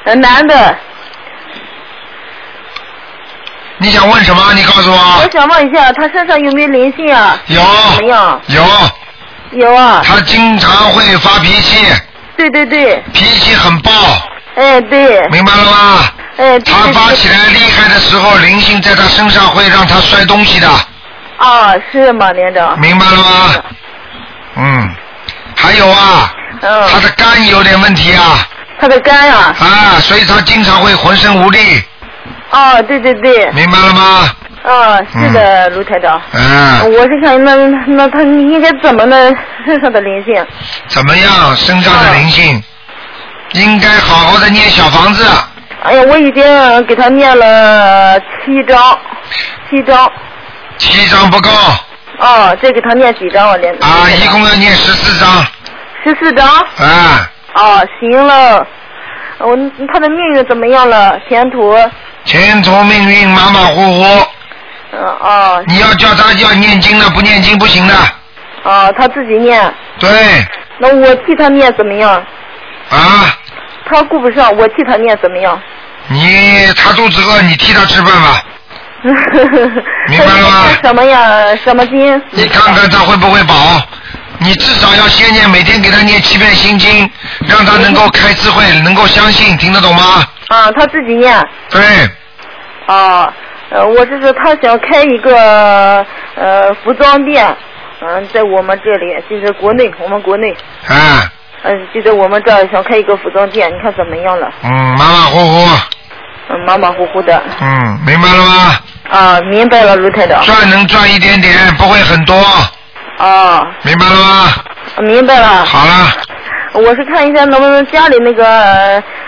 Speaker 8: 呃，男的，
Speaker 1: 你想问什么？你告诉
Speaker 8: 我
Speaker 1: 我。
Speaker 8: 想问一下他身上有没有灵性啊？
Speaker 1: 有
Speaker 8: 怎么样？
Speaker 1: 有，
Speaker 8: 有啊，
Speaker 1: 他经常会发脾气，
Speaker 8: 对对对，
Speaker 1: 脾气很暴，
Speaker 8: 哎对，
Speaker 1: 明白了吗？
Speaker 8: 哎对
Speaker 1: 他
Speaker 8: 对
Speaker 1: 发起
Speaker 8: 对，
Speaker 1: 来厉害的时候，灵性在他身上会让他摔东西的，
Speaker 8: 啊是吗，连长？
Speaker 1: 明白了吗？嗯，还有啊，
Speaker 8: 嗯，
Speaker 1: 他的肝有点问题啊，
Speaker 8: 他的肝啊，
Speaker 1: 啊，所以他经常会浑身无力，
Speaker 8: 啊对对对，
Speaker 1: 明白了吗？
Speaker 8: 啊是的，卢台长。
Speaker 1: 嗯，
Speaker 8: 我是想，那那他应该怎么呢？身上的灵性
Speaker 1: 怎么样？身上的灵性，
Speaker 8: 哦
Speaker 1: 应该好好的念小房子，
Speaker 8: 哎呀，我已经给他念了七章。七张。
Speaker 1: 七张不够。
Speaker 8: 哦，这给他念几张？我连。
Speaker 1: 啊，一共要念十四张。
Speaker 8: 十四张。
Speaker 1: 啊。
Speaker 8: 哦，行了。我、他的命运怎么样了？前途？
Speaker 1: 前途命运马马虎虎。
Speaker 8: 嗯哦。
Speaker 1: 你要叫他要念经的，不念经不 行的。
Speaker 8: 哦，他自己念。
Speaker 1: 对。
Speaker 8: 那我替他念怎么样？
Speaker 1: 啊。
Speaker 8: 他顾不上，我替他念怎么样？
Speaker 1: 你他肚子饿，你替他吃饭吧。
Speaker 8: 明
Speaker 1: 白了吗？
Speaker 8: 什么呀？什么经？
Speaker 1: 你看看他会不会饱？你至少要先念，每天给他念七遍心经，让他能够开智慧，能够相信，听得懂吗？
Speaker 8: 嗯啊， 他自己念。
Speaker 1: 对，
Speaker 8: 啊，呃，我这是他想开一个呃服装店，嗯、在我们这里，就是国内，我们国内，
Speaker 1: 啊，
Speaker 8: 嗯、就在我们这儿想开一个服装店，你看怎么样了？
Speaker 1: 嗯，马马虎虎，
Speaker 8: 嗯，马马虎虎的。
Speaker 1: 嗯，明白了吗？
Speaker 8: 啊，明白了，卢台长。
Speaker 1: 赚能赚一点点，不会很多，
Speaker 8: 啊，
Speaker 1: 明白了吗？
Speaker 8: 明白了。
Speaker 1: 好了，
Speaker 8: 我是看一下能不能家里那个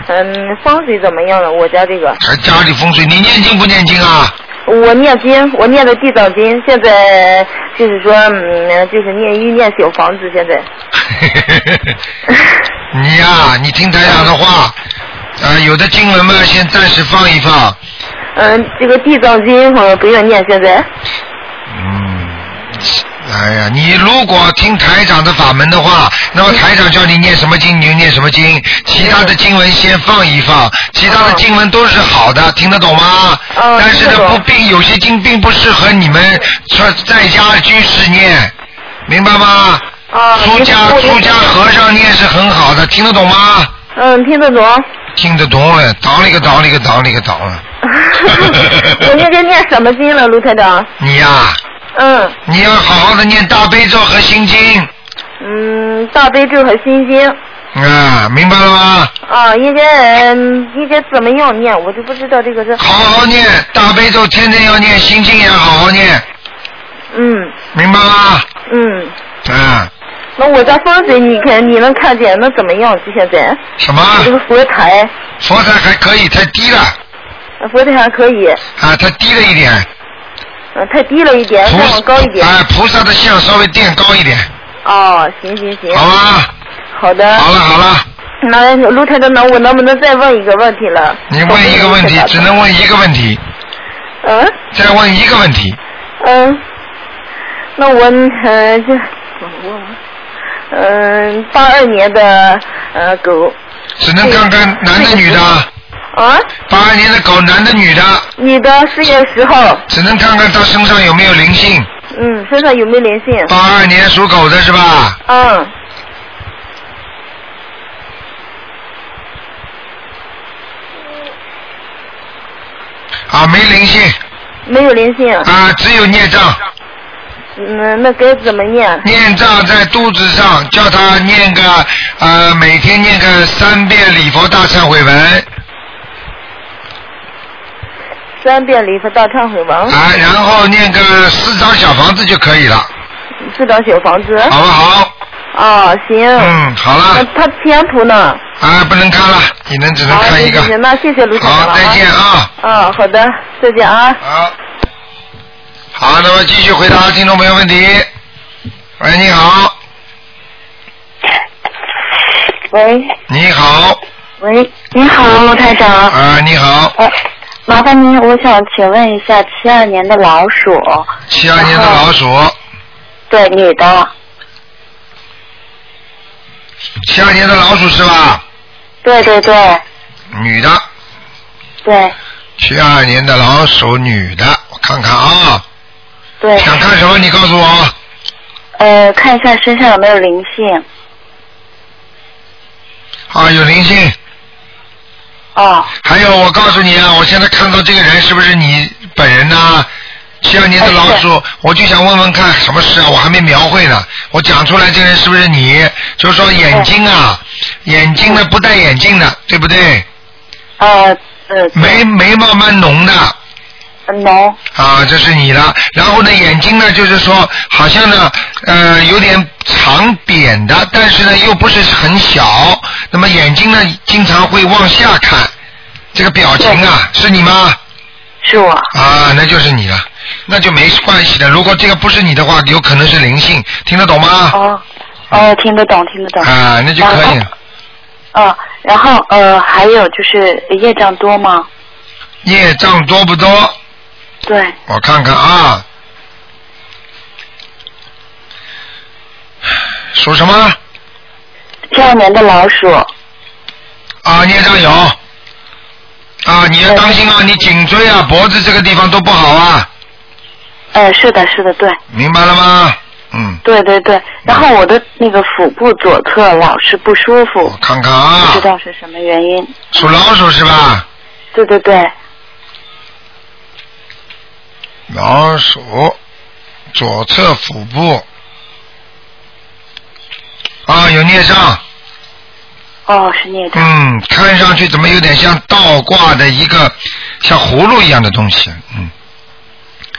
Speaker 8: 呃嗯风水怎么样了，我家这个。
Speaker 1: 还家里风水，你念经不念经啊？
Speaker 8: 我念经，我念的地藏经，现在就是说，嗯，就是念一念小房子，现在。
Speaker 1: 你呀、你听台长的话，啊，有的经文嘛，先暂时放一放，
Speaker 8: 嗯，这个地藏经好像不要念，现 在。
Speaker 1: 嗯哎呀，你如果听台长的法门的话，那么台长叫你念什么经，你就念什么经，其他的经文先放一放，其他的经文都是好的，听得懂吗？
Speaker 8: 哦
Speaker 1: 但是呢，不并有些经并不适合你们说在家居士念，明白吗？
Speaker 8: 哦
Speaker 1: 出家出家和尚念是很好的，听得懂吗？
Speaker 8: 嗯，听得懂。
Speaker 1: 听得懂了，倒了一个倒了一个倒了一个倒了，
Speaker 8: 我那个念什么经了，卢台长？
Speaker 1: 你呀、
Speaker 8: 嗯
Speaker 1: 你要好好的念大悲咒和心经
Speaker 8: 嗯，大悲咒和心经
Speaker 1: 啊，明白了吗？
Speaker 8: 啊，应该嗯应该怎么样念？我就不知道这个是。
Speaker 1: 好好念大悲咒，天天要念，心经也啊要好好念，
Speaker 8: 嗯
Speaker 1: 明白吗？
Speaker 8: 嗯，
Speaker 1: 嗯，
Speaker 8: 那我家风水你看你能看见，那怎么样？就现在
Speaker 1: 什么？
Speaker 8: 这个佛台，
Speaker 1: 佛台还可以，太低了
Speaker 8: 佛台还可以，
Speaker 1: 啊，太低了一点，
Speaker 8: 嗯，太低了一点，再往高一点。
Speaker 1: 啊，菩萨的像稍微垫高一点，
Speaker 8: 哦，行行行。
Speaker 1: 好吧。
Speaker 8: 好的。好
Speaker 1: 了好了。
Speaker 8: 那卢台长，那我能不能再问一个问题了？
Speaker 1: 你问一个问题，只能问一个问题，
Speaker 8: 嗯
Speaker 1: 再问一个问题，
Speaker 8: 嗯，那我呃这我嗯八二年的呃狗
Speaker 1: 只能看看男的女的，
Speaker 8: 啊
Speaker 1: 八二年的狗，男的女的，
Speaker 8: 女的四月十号，
Speaker 1: 只能看看他身上有没有灵性。
Speaker 8: 嗯身上有没有灵性？
Speaker 1: 八二年属狗的是吧？
Speaker 8: 嗯
Speaker 1: 啊，没灵性
Speaker 8: 没有灵性，
Speaker 1: 啊，只有孽障。
Speaker 8: 嗯那该怎么念？
Speaker 1: 念障在肚子上，叫他念个呃，每天念个三遍礼佛大忏悔文
Speaker 8: 三遍礼佛大忏悔文，
Speaker 1: 啊，然后念个四张小房子就可以了，
Speaker 8: 四张小房子。
Speaker 1: 好不好？
Speaker 8: 哦，行。
Speaker 1: 嗯，好了
Speaker 8: 那他前途呢？
Speaker 1: 啊，不能看了，你能只能
Speaker 8: 好，
Speaker 1: 看一
Speaker 8: 行
Speaker 1: 个
Speaker 8: 行。行，那谢谢卢台长了。
Speaker 1: 好再见啊。
Speaker 8: 嗯，好的，再见啊。
Speaker 1: 好。好，那么继续回答听众朋友问题。喂，你好，
Speaker 9: 喂
Speaker 1: 你好，
Speaker 9: 喂，你好，罗台长。
Speaker 1: 啊，你好。
Speaker 9: 哎，麻烦您，我想请问一下，呃七二年的老鼠，
Speaker 1: 七二年的老鼠，
Speaker 9: 对，女的，
Speaker 1: 七二年的老鼠是吧？
Speaker 9: 对对对
Speaker 1: 女的，
Speaker 9: 对
Speaker 1: 七二年的老鼠，女的，我看看啊，
Speaker 9: 对。
Speaker 1: 想看什么？你告诉我。
Speaker 9: 呃，看一下身上有没有灵性。
Speaker 1: 啊，有灵性。
Speaker 9: 哦。
Speaker 1: 还有，我告诉你啊，我现在看到这个人是不是你本人呐、七二年的老鼠，我就想问问看什么事啊？我还没描绘呢，我讲出来这个人是不是你？就是说眼睛啊，眼睛呢不戴眼镜的，对不对？
Speaker 9: 呃，呃。
Speaker 1: 眉眉毛蛮浓的。
Speaker 9: 浓。
Speaker 1: 啊，这是你了。然后呢，眼睛呢，就是说好像呢，呃，有点长扁的，但是呢又不是很小。那么眼睛呢，经常会往下看。这个表情啊，是你吗？
Speaker 9: 是我。
Speaker 1: 啊，那就是你了，那就没关系的。如果这个不是你的话，有可能是灵性，听得懂吗？嗯
Speaker 9: 哦，哦，听得懂，听得懂。
Speaker 1: 啊，那就可以了。
Speaker 9: 嗯、然后呃，还有就是业障多吗？
Speaker 1: 业障多不多？
Speaker 9: 对，
Speaker 1: 我看看啊。属什么？
Speaker 9: 第二年的老鼠。
Speaker 1: 啊，孽障有。啊，你要当心啊，你颈椎啊、脖子这个地方都不好啊，
Speaker 9: 呃，是的，是的，对，
Speaker 1: 明白了吗？嗯
Speaker 9: 对对对。然后我的那个腹部左侧老是不舒服，
Speaker 1: 看看啊，
Speaker 9: 不知道是什么原因。
Speaker 1: 属老鼠是吧？
Speaker 9: 对对对，
Speaker 1: 老鼠，左侧腹部。啊，有孽障，
Speaker 9: 哦，是孽障。
Speaker 1: 嗯，看上去怎么有点像倒挂的一个像葫芦一样的东西，嗯，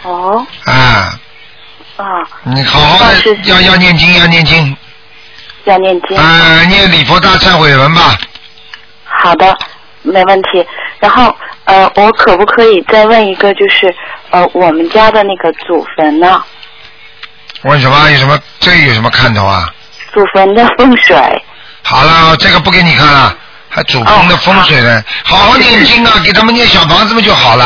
Speaker 9: 哦，
Speaker 1: 啊，
Speaker 9: 啊，
Speaker 1: 你好好的要要念经，要念经，
Speaker 9: 要念经。
Speaker 1: 呃，念礼佛大忏悔文吧，
Speaker 9: 好的，没问题。然后呃，我可不可以再问一个，就是呃，我们家的那个祖坟呢？
Speaker 1: 问什么？有什么？这有什么看头啊？
Speaker 9: 祖坟的风水
Speaker 1: 好了，这个不给你看了，还祖坟的
Speaker 9: 哦
Speaker 1: 风水呢，好好念经啊，给他们念小房子不就好了？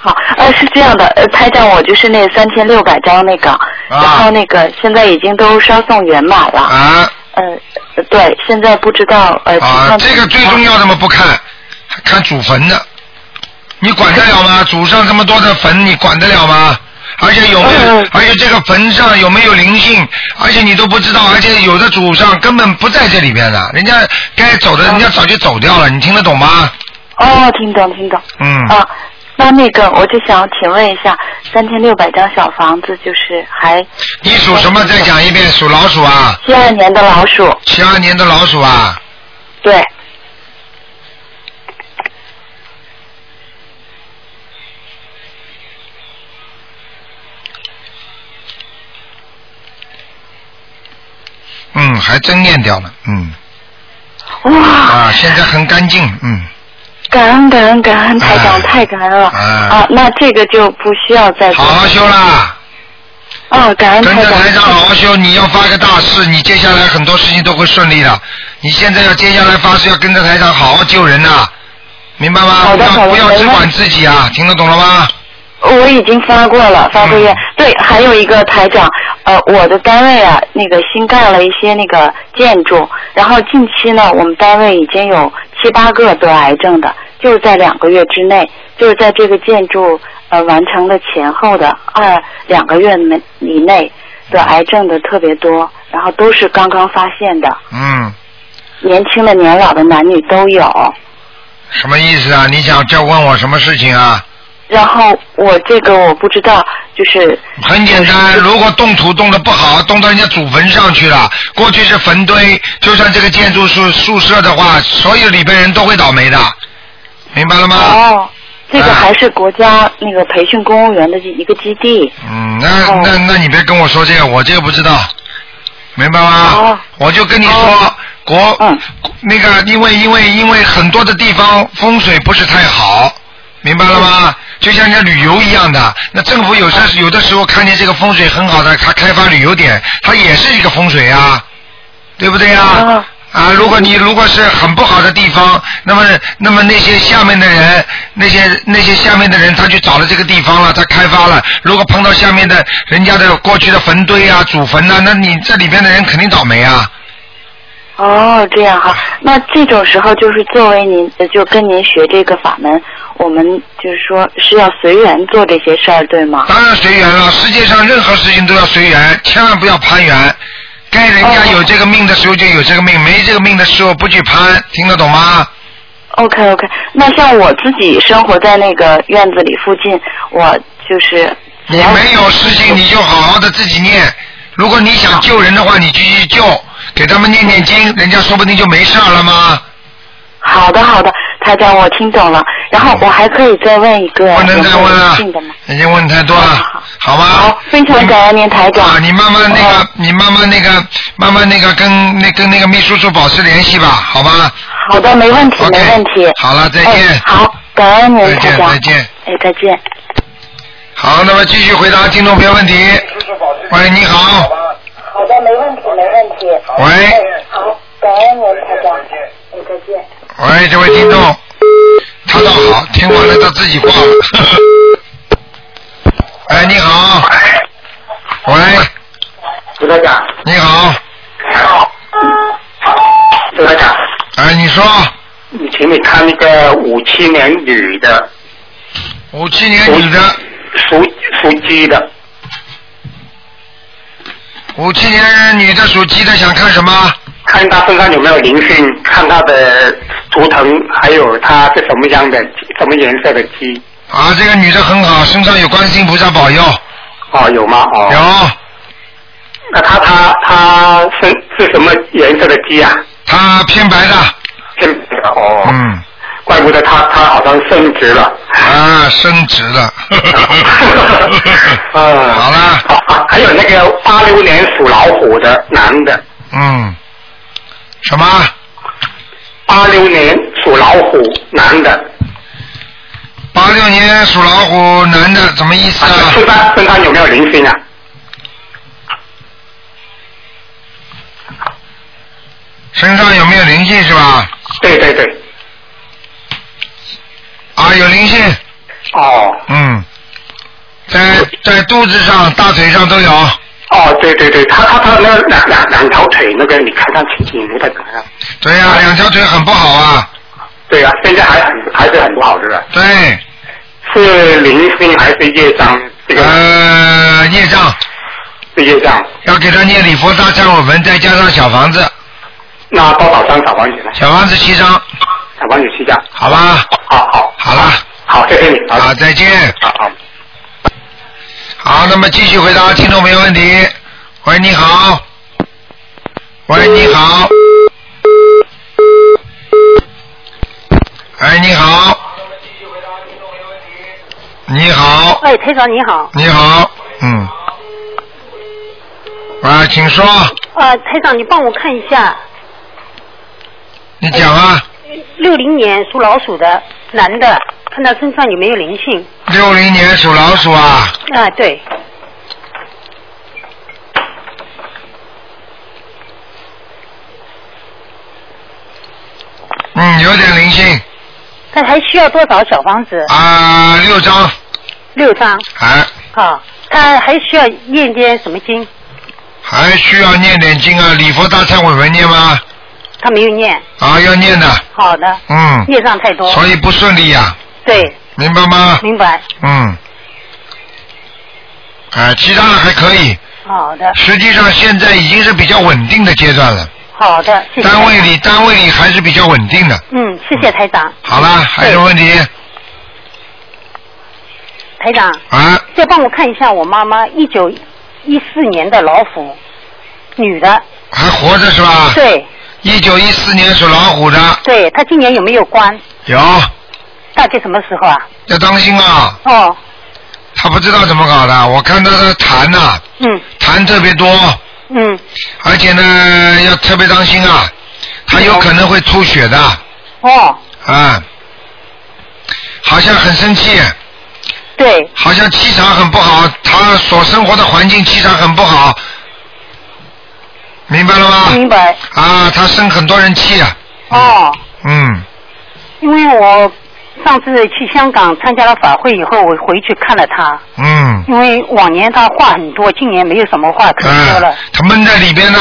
Speaker 9: 好，呃，是这样的，呃，台长，我就是那三千六百张那个，
Speaker 1: 啊
Speaker 9: 然后那个现在已经都烧送圆满了。
Speaker 1: 啊。
Speaker 9: 呃，对，现在不知道呃。
Speaker 1: 啊，这个最重要的嘛不看，还看祖坟的，你管得了
Speaker 9: 嗯
Speaker 1: 吗？祖上这么多的坟，你管得了吗？而且有没
Speaker 9: 嗯
Speaker 1: 有？而且这个坟上有没有灵性？而且你都不知道，而且有的祖上根本不在这里边的，人家该走的人家早就走掉了，你听得懂吗？
Speaker 9: 哦，听懂听懂。
Speaker 1: 嗯。
Speaker 9: 啊，那那个我就想请问一下，三千六百张小房子就是还
Speaker 1: 你属什么？再讲一遍，属老鼠啊。
Speaker 9: 七二年的老鼠。
Speaker 1: 七二年的老鼠啊，
Speaker 9: 对，
Speaker 1: 嗯，还真念掉了，嗯。
Speaker 9: 哇。
Speaker 1: 啊，现在很干净，嗯。
Speaker 9: 感恩感恩感恩台长、太感恩了啊！那这个就不需要再好好
Speaker 1: 修啦。
Speaker 9: 哦，感恩
Speaker 1: 跟
Speaker 9: 台
Speaker 1: 着
Speaker 9: 长。
Speaker 1: 台长好好修，你要发个大誓，你接下来很多事情都会顺利的。你现在要接下来发誓，要跟着台长好好救人呐、明白吗？
Speaker 9: 好的
Speaker 1: 不
Speaker 9: 好
Speaker 1: 要
Speaker 9: 的
Speaker 1: 不要
Speaker 9: 没
Speaker 1: 只
Speaker 9: 问
Speaker 1: 管自己啊，听得懂了吗？
Speaker 9: 我已经发过了，发过愿。对，还有一个台长，呃，我的单位啊，那个新盖了一些那个建筑，然后近期呢，我们单位已经有七八个得癌症的，就是在两个月之内，就是在这个建筑呃完成的前后的二两个月内以内得癌症的特别多，然后都是刚刚发现的，
Speaker 1: 嗯，
Speaker 9: 年轻的、年老的、男女都有。
Speaker 1: 什么意思啊？你想这问我什么事情啊？
Speaker 9: 然后我这个我不知道，就是
Speaker 1: 很简单，如果动土动的不好，动到人家祖坟上去了，过去是坟堆，就算这个建筑宿宿舍的话，所有里边人都会倒霉的，明白了吗？
Speaker 9: 哦，这个还是国家那个培训公务员的一个基地。
Speaker 1: 嗯，那那那你别跟我说这个，我这个不知道，明白吗？我就跟你说，国、那个，因为因为因为很多的地方风水不是太好，明白了吗？就像人家旅游一样的，那政府有时、有的时候看见这个风水很好的，他开发旅游点，它也是一个风水啊，对不对呀、啊？如果你如果是很不好的地方，那么那么那些下面的人，那些那些下面的人，他去找了这个地方了，他开发了。如果碰到下面的人家的过去的坟堆啊、祖坟呐、那你这里边的人肯定倒霉啊。
Speaker 9: 哦，这样哈。那这种时候就是作为您，呃就跟您学这个法门，我们就是说是要随缘做这些事儿，对吗？
Speaker 1: 当然随缘了，世界上任何事情都要随缘，千万不要攀缘。该人家有这个命的时候就有这个命，没这个命的时候不去攀，听得懂吗？
Speaker 9: OK OK，那像我自己生活在那个院子里附近，我就是
Speaker 1: 你没有事情，你就好好的自己念。如果你想救人的话，你就去救，给他们念念经，人家说不定就没事儿了吗？
Speaker 9: 好的好的，台长我听懂了。然后我还可以再问一个，不能再问了。
Speaker 1: 已经问太多了，好吧？好，
Speaker 9: 非常感恩您台
Speaker 1: 长。啊，你慢慢那个，你慢慢那个，慢慢那个跟那跟那个秘书处保持联系吧，好吧？
Speaker 9: 好的，没问题没问题。
Speaker 1: 好了，再见。
Speaker 9: 好，
Speaker 10: 感恩您，台长。
Speaker 1: 再见。
Speaker 10: 哎，再见。
Speaker 1: 好，那么继续回答听众朋友问题。喂，你好。
Speaker 7: 好的，没问题，没问题。嗯
Speaker 1: 喂。
Speaker 7: 好，感恩您，台长。哎，再见。
Speaker 1: 喂，这位听众，他倒好，听完了他自己挂了。 哎，你好。喂，
Speaker 2: 刘台长，
Speaker 1: 你好。
Speaker 2: 刘呃台长，
Speaker 1: 哎，你说
Speaker 2: 你请你看那个五七年女的，
Speaker 1: 五七年女的，
Speaker 2: 属属鸡的，
Speaker 1: 五七年女的属鸡的想看什么？
Speaker 2: 看她身上有没有灵性，看她的图腾，还有她是什么样的什么颜色的鸡。
Speaker 1: 啊，这个女的很好，身上有观世音菩萨保佑。
Speaker 2: 哦，有吗？哦，
Speaker 1: 有。
Speaker 2: 那她她她是是什么颜色的鸡啊？
Speaker 1: 她偏白的。
Speaker 2: 偏白的哦。
Speaker 1: 嗯。
Speaker 2: 怪不得她她好像升值了。
Speaker 1: 啊，升值了。
Speaker 2: 嗯。好
Speaker 1: 啦、
Speaker 2: 啊。还有那个八六年属老虎的男的，
Speaker 1: 嗯。什么？
Speaker 2: 八六年属老虎男的，
Speaker 1: 八六年属老虎男的，什么意思啊？
Speaker 2: 身上身上有没有灵性啊？
Speaker 1: 身上有没有灵性是吧？
Speaker 2: 对对对。
Speaker 1: 啊，有灵性。
Speaker 2: 哦。
Speaker 1: 嗯。在在肚子上、大腿上都有。
Speaker 2: 哦，对对对，他他他那两两两条腿那个，你看看情形，你再看看。
Speaker 1: 对呀、两条腿很不好啊。
Speaker 2: 啊对啊，现在还很还是很不好，是吧？
Speaker 1: 对。
Speaker 2: 是灵性还是业障？这个
Speaker 1: 呃，孽障
Speaker 2: 是业障，
Speaker 1: 要给他念礼佛大忏悔文，再加上小房子，
Speaker 2: 那多少张小房子呢？
Speaker 1: 小房子七张，
Speaker 2: 小房子七张。
Speaker 1: 好吧？
Speaker 2: 好好。
Speaker 1: 好啦。
Speaker 2: 好，谢谢你。
Speaker 1: 好，再见。
Speaker 2: 好好。
Speaker 1: 好，那么继续回答听众朋友问题。喂，你好。喂，你好。哎，你好。你好，
Speaker 11: 哎，台长你好，
Speaker 1: 你好，嗯。啊，请说，
Speaker 11: 呃，台长你帮我看一下，
Speaker 1: 你讲啊。
Speaker 11: 六零年属老鼠的男的，看他身上有没有灵性？
Speaker 1: 六零年属老鼠啊，
Speaker 11: 啊，对，
Speaker 1: 嗯，有点灵性
Speaker 11: 他还需要多少小房子？
Speaker 1: 啊，六张，
Speaker 11: 六张
Speaker 1: 还
Speaker 11: 啊，他还需要念点什么经？
Speaker 1: 还需要念点经啊，礼佛大忏悔文念吗？
Speaker 11: 他没有念。
Speaker 1: 啊，要念的，
Speaker 11: 好的，
Speaker 1: 嗯，
Speaker 11: 业障太多。
Speaker 1: 所以不顺利呀、
Speaker 11: 对，
Speaker 1: 明白吗？
Speaker 11: 明白。
Speaker 1: 嗯。啊，其他的还可以，
Speaker 11: 好的，
Speaker 1: 实际上现在已经是比较稳定的阶段了，
Speaker 11: 好的，谢谢。
Speaker 1: 单位里单位里还是比较稳定的。
Speaker 11: 嗯，谢谢台长。嗯
Speaker 1: 好啦，还有什么问题？
Speaker 11: 台长，
Speaker 1: 啊，
Speaker 11: 再帮我看一下我妈妈，一九一四年的老虎，女的，
Speaker 1: 还活着是吧？
Speaker 11: 对
Speaker 1: 一九一四年属老虎的，
Speaker 11: 对，她今年有没有关？
Speaker 1: 有
Speaker 11: 大概什么时候啊？
Speaker 1: 要当心啊，
Speaker 11: 哦，
Speaker 1: 他不知道怎么搞的，我看他的痰呐、
Speaker 11: 嗯
Speaker 1: 痰特别多，
Speaker 11: 嗯，
Speaker 1: 而且呢要特别当心啊，他有可能会出血的
Speaker 11: 哦，
Speaker 1: 啊，好像很生气，
Speaker 11: 对，
Speaker 1: 好像气场很不好，他所生活的环境气场很不好，明白了吗？
Speaker 11: 明白。
Speaker 1: 啊，他生很多人气啊，
Speaker 11: 哦，
Speaker 1: 嗯，
Speaker 11: 因为我上次去香港参加了法会以后，我回去看了她，
Speaker 1: 嗯，
Speaker 11: 因为往年她话很多，今年没有什么话可说了。
Speaker 1: 啊他闷在里边呢、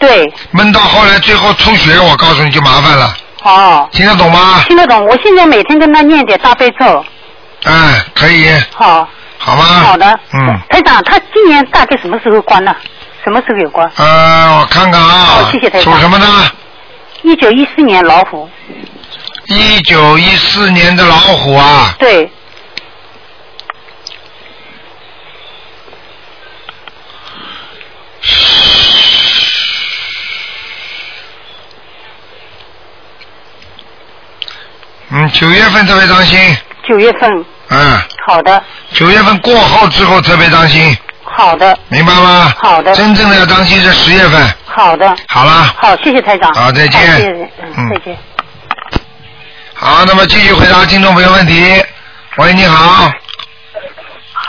Speaker 11: 对，
Speaker 1: 闷到后来最后出血，我告诉你就麻烦了，
Speaker 11: 哦，
Speaker 1: 听得懂吗？
Speaker 11: 听得懂。我现在每天跟她念点大悲咒，
Speaker 1: 哎，可以，
Speaker 11: 好，
Speaker 1: 好吗？
Speaker 11: 好的。
Speaker 1: 嗯，
Speaker 11: 台长，她今年大概什么时候关呢？什么时候有关？
Speaker 1: 呃，我看看啊
Speaker 11: 好，谢谢台长
Speaker 1: 属什么呢？
Speaker 11: 一九一四年老虎，
Speaker 1: 一九一四年的老虎啊，
Speaker 11: 对，
Speaker 1: 嗯，九月份特别当心，
Speaker 11: 九月份。
Speaker 1: 嗯，
Speaker 11: 好的，
Speaker 1: 九月份过后之后特别当心，
Speaker 11: 好的，
Speaker 1: 明白吗？
Speaker 11: 好的
Speaker 1: 真正的要当心是十月份。
Speaker 11: 好的，
Speaker 1: 好啦，
Speaker 11: 好，谢谢台长。
Speaker 1: 好再见
Speaker 11: 谢谢，嗯，再见。
Speaker 1: 好，好，那么继续回答听众朋友问题。喂，你好，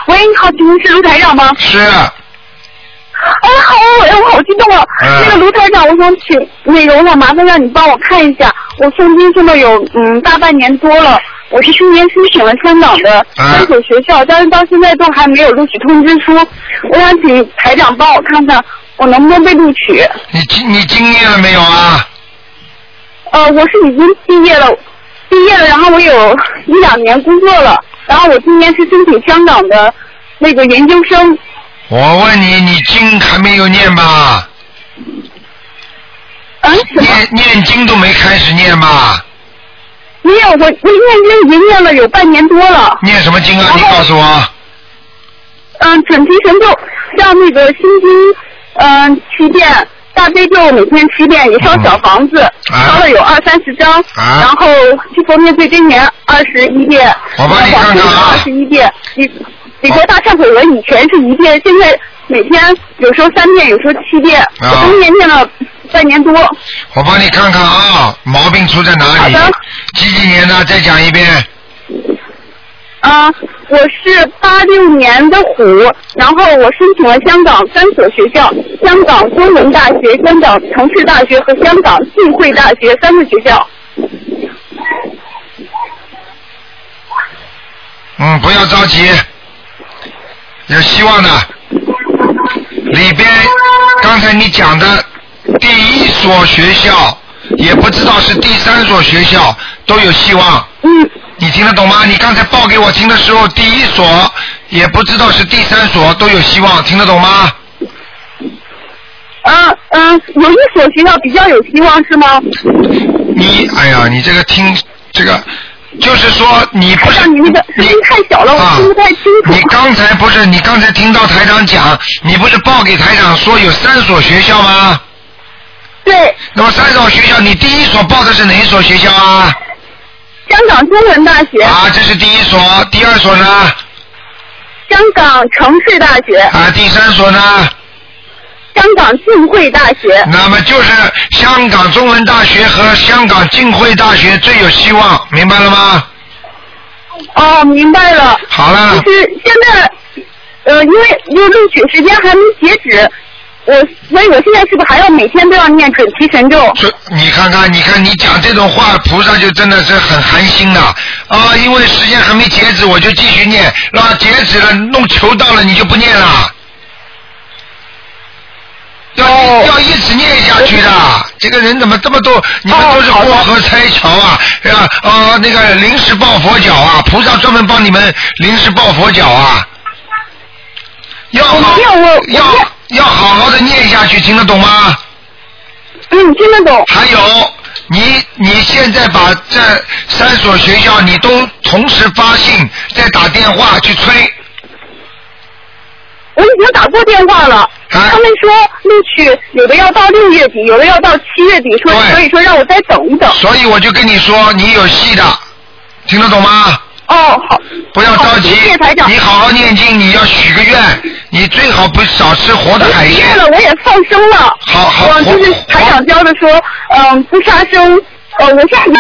Speaker 12: 喂，你好，请问是卢台长吗？
Speaker 1: 是。
Speaker 12: 哎，好，哎，我好激动啊！那个卢台长，我想请那个，我想麻烦让你帮我看一下，我诵经诵了有嗯大半年多了，我是去年申请了香港的
Speaker 1: 啊
Speaker 12: 三所学校，但是到现在都还没有录取通知书，我想请台长帮我看看我能不能被录取。
Speaker 1: 你经你经历了没有啊？
Speaker 12: 呃，我是已经毕业了，毕业了，然后我有一两年工作了，然后我今年是申请香港的那个研究生，
Speaker 1: 我问你，你经还没有念吧？
Speaker 12: 啊
Speaker 1: 念念经都没开始念吧？
Speaker 12: 没有，我我念经已经念了有半年多了。
Speaker 1: 念什么经啊？你告诉我。
Speaker 12: 嗯，准提神咒，像那个心经，嗯，七遍，大悲咒每天七遍，也烧小房子，烧了有二三十张，然后去佛面对真言二十一遍，
Speaker 1: 我帮
Speaker 12: 你看看啊，二十一遍，你你说大忏悔文以前是一遍，现在每天有时候三遍，有时候七遍，
Speaker 1: 啊
Speaker 12: 我今年念了半年多，
Speaker 1: 我帮你看看啊，毛病出在哪里？几几年的？再讲一遍。
Speaker 12: 啊，我是八六年的虎，然后我申请了香港三所学校：香港中文大学、香港城市大学和香港浸会大学三个学校。
Speaker 1: 嗯，不要着急，有希望的。里边刚才你讲的第一所学校，也不知道是第三所学校，都有希望。
Speaker 12: 嗯。
Speaker 1: 你听得懂吗？你刚才报给我听的时候，第一所也不知道是第三所，都有希望，听得懂吗？
Speaker 12: 嗯嗯，有一所学校比较有希望是吗？
Speaker 1: 你哎呀，你这个听这个，就是说你不是
Speaker 12: 哎你那个
Speaker 1: 声音
Speaker 12: 太小了，
Speaker 1: 我听不
Speaker 12: 太清
Speaker 1: 楚。你刚才不是你刚才听到台长讲，你不是报给台长说有三所学校吗？
Speaker 12: 对。
Speaker 1: 那么三所学校，你第一所报的是哪一所学校啊？
Speaker 12: 香港中文大学。
Speaker 1: 啊，这是第一所，第二所呢？
Speaker 12: 香港城市大学。
Speaker 1: 啊，第三所呢？
Speaker 12: 香港浸会大学。
Speaker 1: 那么就是香港中文大学和香港浸会大学最有希望，明白了吗？
Speaker 12: 哦，明白了。
Speaker 1: 好了。
Speaker 12: 就是现在，呃，因为因为录取时间还没截止，我所以我现在是不是还要每天都要念准提神咒？
Speaker 1: 这你看看，你看你讲这种话，菩萨就真的是很寒心呐、啊！因为时间还没截止，我就继续念，那截止了，弄求到了，你就不念了。要、要一直念下去的，这个人怎么这么多？你们都是过河拆桥啊，啊啊那个临时抱佛脚啊，菩萨专门帮你们临时抱佛脚啊。要好要要好好的念下去，听得懂吗？
Speaker 12: 嗯，听得懂。
Speaker 1: 还有，你你现在把这三所学校你都同时发信，再打电话去催。
Speaker 12: 我已经打过电话了，
Speaker 1: 哎
Speaker 12: 他们说录取有的要到六月底，有的要到七月底，说所以说让我再等一等。
Speaker 1: 所以我就跟你说，你有戏的，听得懂吗？
Speaker 12: 哦，好。
Speaker 1: 不要着急，你好好念经，你要许个愿，你最好不少吃活的海鲜。
Speaker 12: 了，我也放生了。
Speaker 1: 好好。
Speaker 12: 嗯，就是台长教的说，嗯，不杀生。呃，我下次。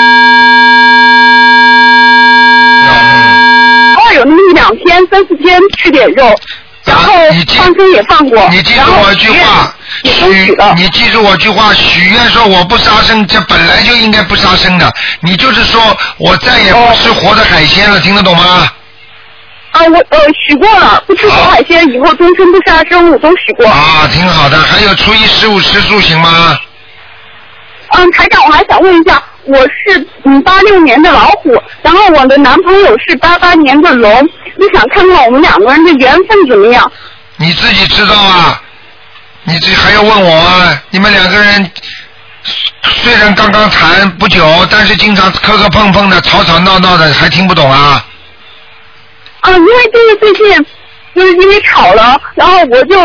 Speaker 12: 偶尔有那么一两天、三四天吃点
Speaker 1: 啊
Speaker 12: 肉，然后放生也放过。
Speaker 1: 你记住我一句话，许你记住我一句话，许愿说我不杀生，这本来就应该不杀生的。你就是说我再也不吃活的海鲜了，听得懂吗？
Speaker 12: 啊，我呃许过了，不吃活海鲜，以后终身不杀生，我都许过。
Speaker 1: 啊，挺好的。还有初一十五吃素行吗？
Speaker 12: 嗯，台长，我还想问一下，我是嗯八六年的老虎，然后我的男朋友是八八年的龙，就想看看我们两个人的缘分怎么样。
Speaker 1: 你自己知道啊，你这还要问我啊？你们两个人虽然刚刚谈不久，但是经常磕磕碰碰的、吵吵闹闹的，还听不懂啊？
Speaker 12: 啊，因为就是最近就是因为吵了，然后我就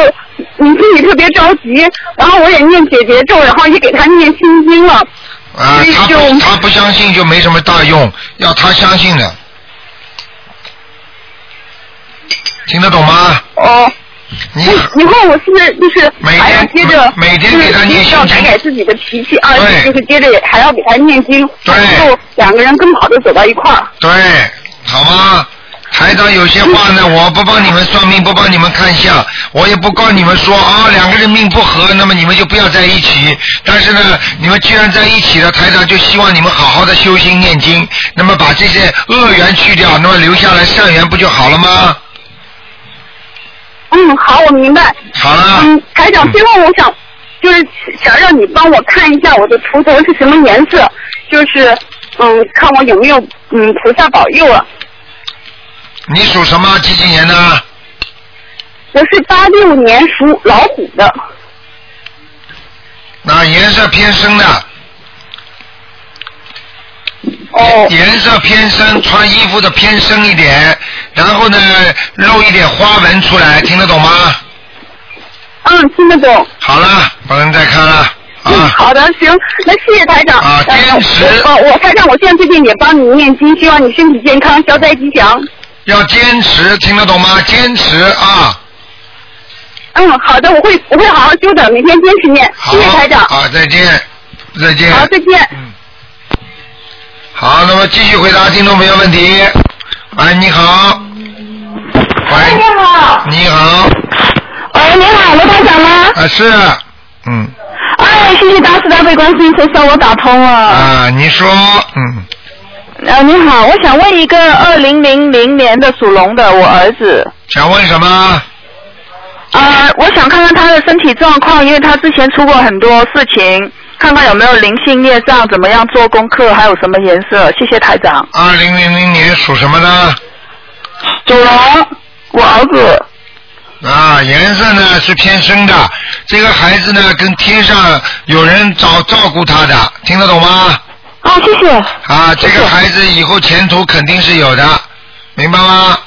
Speaker 12: 嗯心里特别着急，然后我也念解结咒，然后也给他念心经了。
Speaker 1: 啊，他不他不相信就没什么大用，要他相信的，听得懂吗？
Speaker 12: 哦。
Speaker 1: 你
Speaker 13: 以后我是不是就是
Speaker 1: 每
Speaker 13: 还要接着
Speaker 1: 每天给他
Speaker 13: 就是
Speaker 1: 念心
Speaker 13: 要
Speaker 1: 经
Speaker 13: 改改自己的脾气啊，
Speaker 1: 对
Speaker 13: 就是接着还要给他念经，然后两个人更好的走到一块儿。
Speaker 1: 对，好吗？台长有些话呢，我不帮你们算命，不帮你们看相，我也不告你们说啊、两个人命不合，那么你们就不要在一起。但是呢，你们既然在一起了，台长就希望你们好好的修心念经，那么把这些恶缘去掉，那么留下来善缘不就好了吗？
Speaker 13: 嗯，好，我明白。
Speaker 1: 好了。
Speaker 13: 嗯，台长，最后我想就是想让你帮我看一下我的图腾是什么颜色，就是嗯，看我有没有嗯菩萨保佑啊。
Speaker 1: 你属什么？几几年的？
Speaker 13: 我是八六年属老虎的，
Speaker 1: 那颜色偏深的。
Speaker 13: 哦。
Speaker 1: 颜色偏深，穿衣服的偏深一点，然后呢，露一点花纹出来，听得懂吗？
Speaker 13: 嗯，听得懂。
Speaker 1: 好了，不能再看了。
Speaker 13: 嗯，好的，行，那谢谢台长。啊，坚持。哦，我台长，我现在最近也帮你念经，希望你身体健康，消灾吉祥。
Speaker 1: 要坚持，听得懂吗？坚持啊！
Speaker 13: 嗯，好的，我会我会好好修的，每天坚持念。
Speaker 1: 好，
Speaker 13: 谢谢台长。
Speaker 1: 好，再见，再见。
Speaker 13: 好，再见。
Speaker 1: 好，那么继续回答听众朋友问题。喂，你好。喂，你
Speaker 12: 好。
Speaker 1: 你好。
Speaker 13: 啊哎
Speaker 12: 喂，你好，罗台长吗？
Speaker 1: 啊，是
Speaker 12: 哎，谢谢大慈大悲观世音菩萨，我打通了。
Speaker 1: 啊，你说，嗯，
Speaker 12: 呃，你好，我想问一个二零零零年的属龙的我儿子，
Speaker 1: 想问什么？
Speaker 12: 呃，我想看看他的身体状况，因为他之前出过很多事情，看看有没有灵性业障，怎么样做功课，还有什么颜色？谢谢台长。
Speaker 1: 二零零零年属什么呢？
Speaker 12: 属龙，我儿子。
Speaker 1: 啊，颜色呢是偏深的。这个孩子呢，跟天上有人照照顾他的，听得懂吗？
Speaker 12: 啊，谢谢。
Speaker 1: 啊，这个孩子以后前途肯定是有的，明白吗？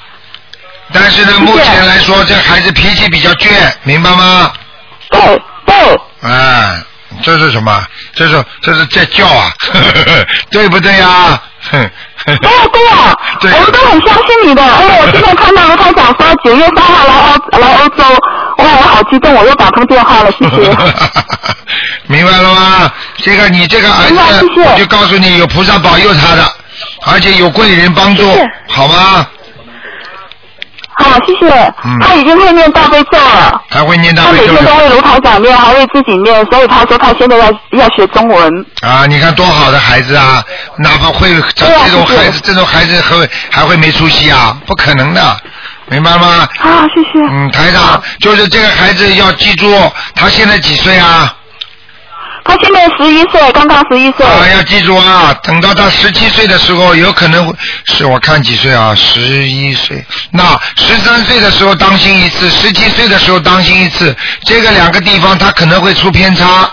Speaker 1: 但是呢，目前来说，这孩子脾气比较倔，明白吗？
Speaker 12: 够够。
Speaker 1: 啊，这是什么？这是这是在叫啊， 对不对啊？哼
Speaker 12: 对呀对呀，哎我们都很相信你的，因为我现在看到了台长说九月三号来欧来欧洲，哇，我好激动，我又打通电话了，谢谢。
Speaker 1: 明白了吗？这个你这个儿子，我就告诉你，有菩萨保佑他的，而且有贵人帮助，好吗？
Speaker 12: 好，谢谢。他已经会念大悲咒了，
Speaker 1: 他会念大
Speaker 12: 他
Speaker 1: 悲
Speaker 12: 每
Speaker 1: 咒
Speaker 12: 天都为
Speaker 1: 的
Speaker 12: 卢台长念，还为自己念，所以他说他现在要要学中文。
Speaker 1: 啊！你看多好的孩子啊，哪怕会这这种孩子，这种孩子还会还会没出息啊？不可能的，明白吗？
Speaker 12: 啊，谢谢。
Speaker 1: 嗯，台长，就是这个孩子要记住，他现在几岁啊？
Speaker 12: 他现在十一岁，刚刚十一岁。
Speaker 1: 啊，要记住啊，等到他十七岁的时候，有可能会是我看几岁啊，十一岁，那十三岁的时候当心一次，十七岁的时候当心一次，这个两个地方他可能会出偏差。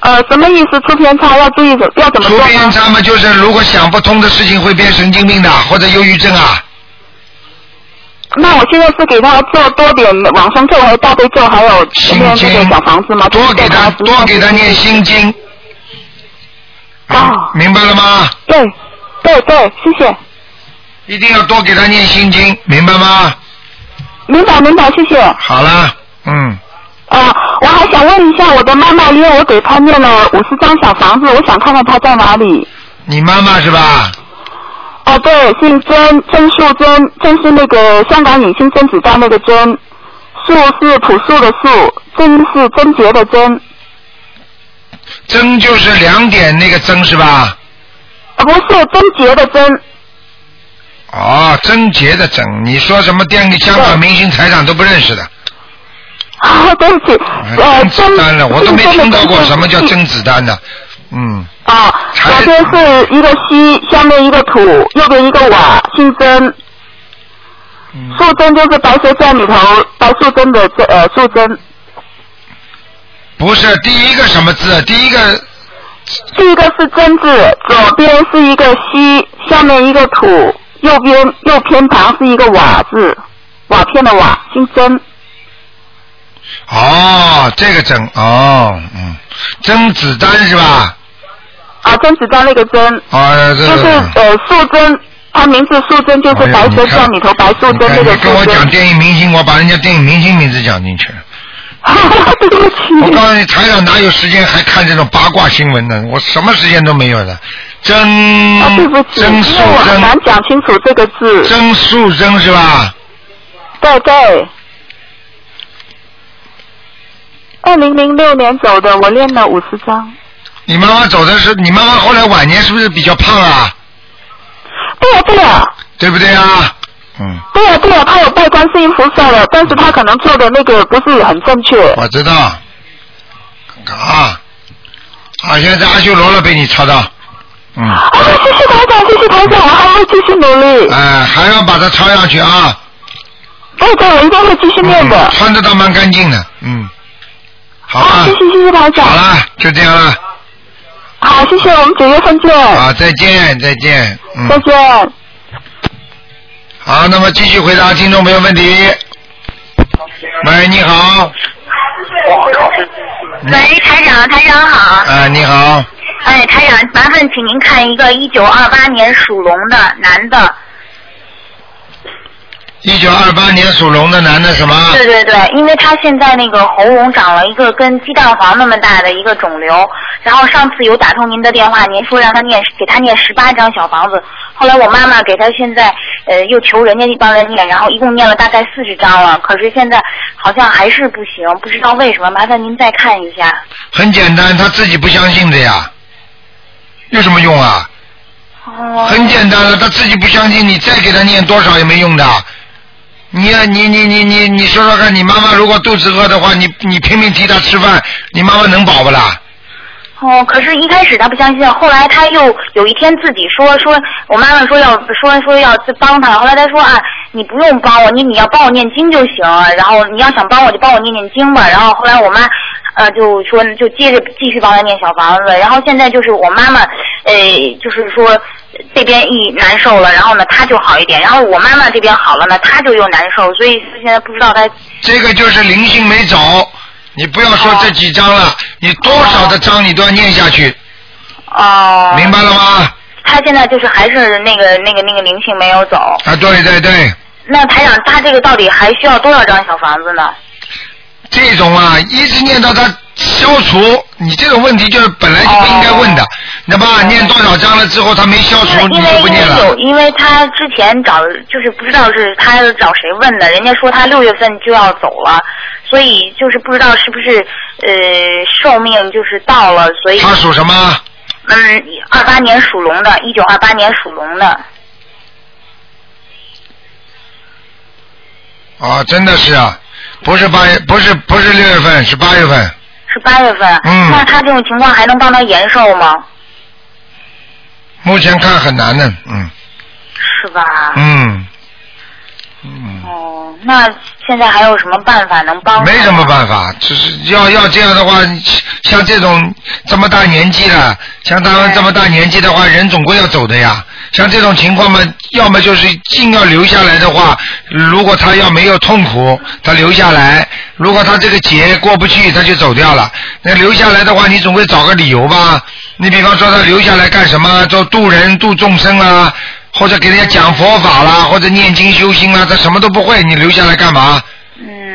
Speaker 12: 呃，什么意思？出偏差要注意怎要怎么
Speaker 1: 出
Speaker 12: 做呢？
Speaker 1: 偏差嘛，就是如果想不通的事情会变神经病的，或者忧郁症啊。
Speaker 12: 那我现在是给他做多点往生咒，还有大悲咒，还有念这个小房子吗？多给他
Speaker 1: 多给他念心经。
Speaker 12: 啊，
Speaker 1: 明白了吗？
Speaker 12: 对，对对，谢谢。
Speaker 1: 一定要多给他念心经，明白吗？
Speaker 12: 明白明白，谢谢。
Speaker 1: 好了，嗯，
Speaker 12: 啊，我还想问一下我的妈妈，因为我给她念了五十张小房子，我想看看她在哪里。
Speaker 1: 你妈妈是吧？
Speaker 12: 哦，对，姓甄，甄素甄，甄是那个香港影星甄子丹那个甄，素是朴素的素，甄是贞洁的贞。
Speaker 1: 针就是两点那个针是吧？
Speaker 12: 啊，不是贞洁的贞。
Speaker 1: 哦，贞洁的贞，你说什么电香港明星台长都不认识的，
Speaker 12: 啊，对不起，呃，
Speaker 1: 甄子丹了，我都没
Speaker 12: 甄
Speaker 1: 听到过
Speaker 12: 甄
Speaker 1: 什么叫甄子丹的，嗯，
Speaker 12: 啊，左边是一个西，下面一个土，右边一个瓦，姓曾。
Speaker 1: 嗯
Speaker 12: 素贞就是白蛇传里头白素贞的这呃素贞，
Speaker 1: 不是第一个什么字，第一个
Speaker 12: 第一个是贞字，左边是一个西，下面一个土，右边右偏旁是一个瓦字，瓦片的瓦，姓曾。
Speaker 1: 哦，这个甄哦，嗯，甄子丹是吧？
Speaker 12: 啊，甄子丹那个甄，
Speaker 1: 啊，这
Speaker 12: 就是
Speaker 1: 个
Speaker 12: 呃素贞
Speaker 14: 他名字素贞就是白蛇
Speaker 1: 哎呦
Speaker 14: 传里头白素贞那
Speaker 1: 你
Speaker 14: 个
Speaker 1: 跟我
Speaker 14: 素
Speaker 1: 讲
Speaker 14: 贞。
Speaker 1: 电影明星，我把人家电影明星名字讲进去了。
Speaker 14: 对不起。
Speaker 1: 我告诉你，台长哪有时间还看这种八卦新闻呢？我什么时间都没有的。真、
Speaker 14: 啊，对不起，因
Speaker 1: 真素
Speaker 14: 为我很
Speaker 1: 贞，
Speaker 14: 难讲清楚这个字。
Speaker 1: 真素贞是吧？
Speaker 14: 对对。二零零六年走的，我练了五十张。
Speaker 1: 你妈妈走的是你妈妈后来晚年是不是比较胖啊？
Speaker 14: 对呀对呀。
Speaker 1: 对不对啊？
Speaker 14: 对呀、对呀、他有拜观世音菩萨了，但是他可能做的那个不是很正确。
Speaker 1: 我知道。看看啊，啊，现在在阿修罗了，被你抄到。嗯。啊，
Speaker 14: 谢谢台长，谢谢台长，我还会继续努力。
Speaker 1: 哎、还要把它抄上去啊。
Speaker 14: 对对，我一定会继续
Speaker 1: 念的。穿的倒蛮干净的，嗯。好啊。谢
Speaker 14: 谢谢谢台长。
Speaker 1: 好啦，就这样啦。
Speaker 14: 好，谢谢，我们九月份见。
Speaker 1: 啊，再见，再见，嗯。
Speaker 14: 再见。
Speaker 1: 好，那么继续回答听众朋友问题。喂，你好，
Speaker 15: 喂，台长，台长好。
Speaker 1: 啊，你好，
Speaker 15: 哎，台长，麻烦请您看一个一九二八年属龙的男的。
Speaker 1: 一九二八年属龙的男的什么？
Speaker 15: 对对对，因为他现在那个喉咙长了一个跟鸡蛋黄那么大的一个肿瘤，然后上次有打通您的电话，您说让他念给他念十八张小房子，后来我妈妈给他现在呃又求人家帮人念，然后一共念了大概四十张了，可是现在好像还是不行，不知道为什么，麻烦您再看一下。
Speaker 1: 很简单，他自己不相信的呀，有什么用啊？
Speaker 11: 嗯
Speaker 15: 哦
Speaker 1: 很简单了，他自己不相信，你再给他念多少也没用的。你呀、你你你你你说说看，你妈妈如果肚子饿的话，你你拼命替她吃饭，你妈妈能饱不啦？
Speaker 15: 哦，可是，一开始他不相信，后来他又有一天自己说说，我妈妈说要说说要去帮他，后来他说啊，你不用帮我，你你要帮我念经就行，然后你要想帮我就帮我念念经吧。然后后来我妈，呃，就说就接着继续帮他念小房子，然后现在就是我妈妈，呃，就是说这边一难受了，然后呢他就好一点，然后我妈妈这边好了呢，他就又难受，所以现在不知道他
Speaker 1: 这个就是灵性没走，你不要说这几章了，你多少的章你都要念下去，
Speaker 15: 哦、
Speaker 1: 明白了吗？
Speaker 15: 他现在就是还是那个那个那个灵性没有走。
Speaker 1: 啊，对对对，
Speaker 15: 那台长，他这个到底还需要多少张小房子呢？
Speaker 1: 这种啊，一直念到它消除，你这种问题就是本来就不应该问的，那么啊念多少章了之后它没消除，你
Speaker 15: 因
Speaker 1: 就
Speaker 15: 为
Speaker 1: 不
Speaker 15: 因
Speaker 1: 念
Speaker 15: 为有，
Speaker 1: 了。
Speaker 15: 因为他之前找就是不知道是他找谁问的，人家说他六月份就要走了，所以就是不知道是不是呃寿命就是到了，所以
Speaker 1: 他属什么？
Speaker 15: 嗯，二八年属龙的，一九二八年属龙的，
Speaker 1: 啊，真的是啊，不是八月，不是不是六月份，是八月份。
Speaker 15: 是八月份。
Speaker 1: 嗯
Speaker 15: 那他这种情况还能帮他延寿吗？
Speaker 1: 目前看很难的，嗯
Speaker 15: 是吧？
Speaker 1: 嗯，
Speaker 15: 哦，那现在还有什么办法能帮？
Speaker 1: 没什么办法，就是要要这样的话，像这种这么大年纪了，像他们这么大年纪的话，人总归要走的呀。像这种情况嘛，要么就是硬要留下来的话，如果他要没有痛苦，他留下来；如果他这个劫过不去，他就走掉了。那留下来的话，你总会找个理由吧？你比方说他留下来干什么？做度人、度众生啊，或者给人家讲佛法啦，或者念经修心啊啦，他什么都不会，你留下来干嘛？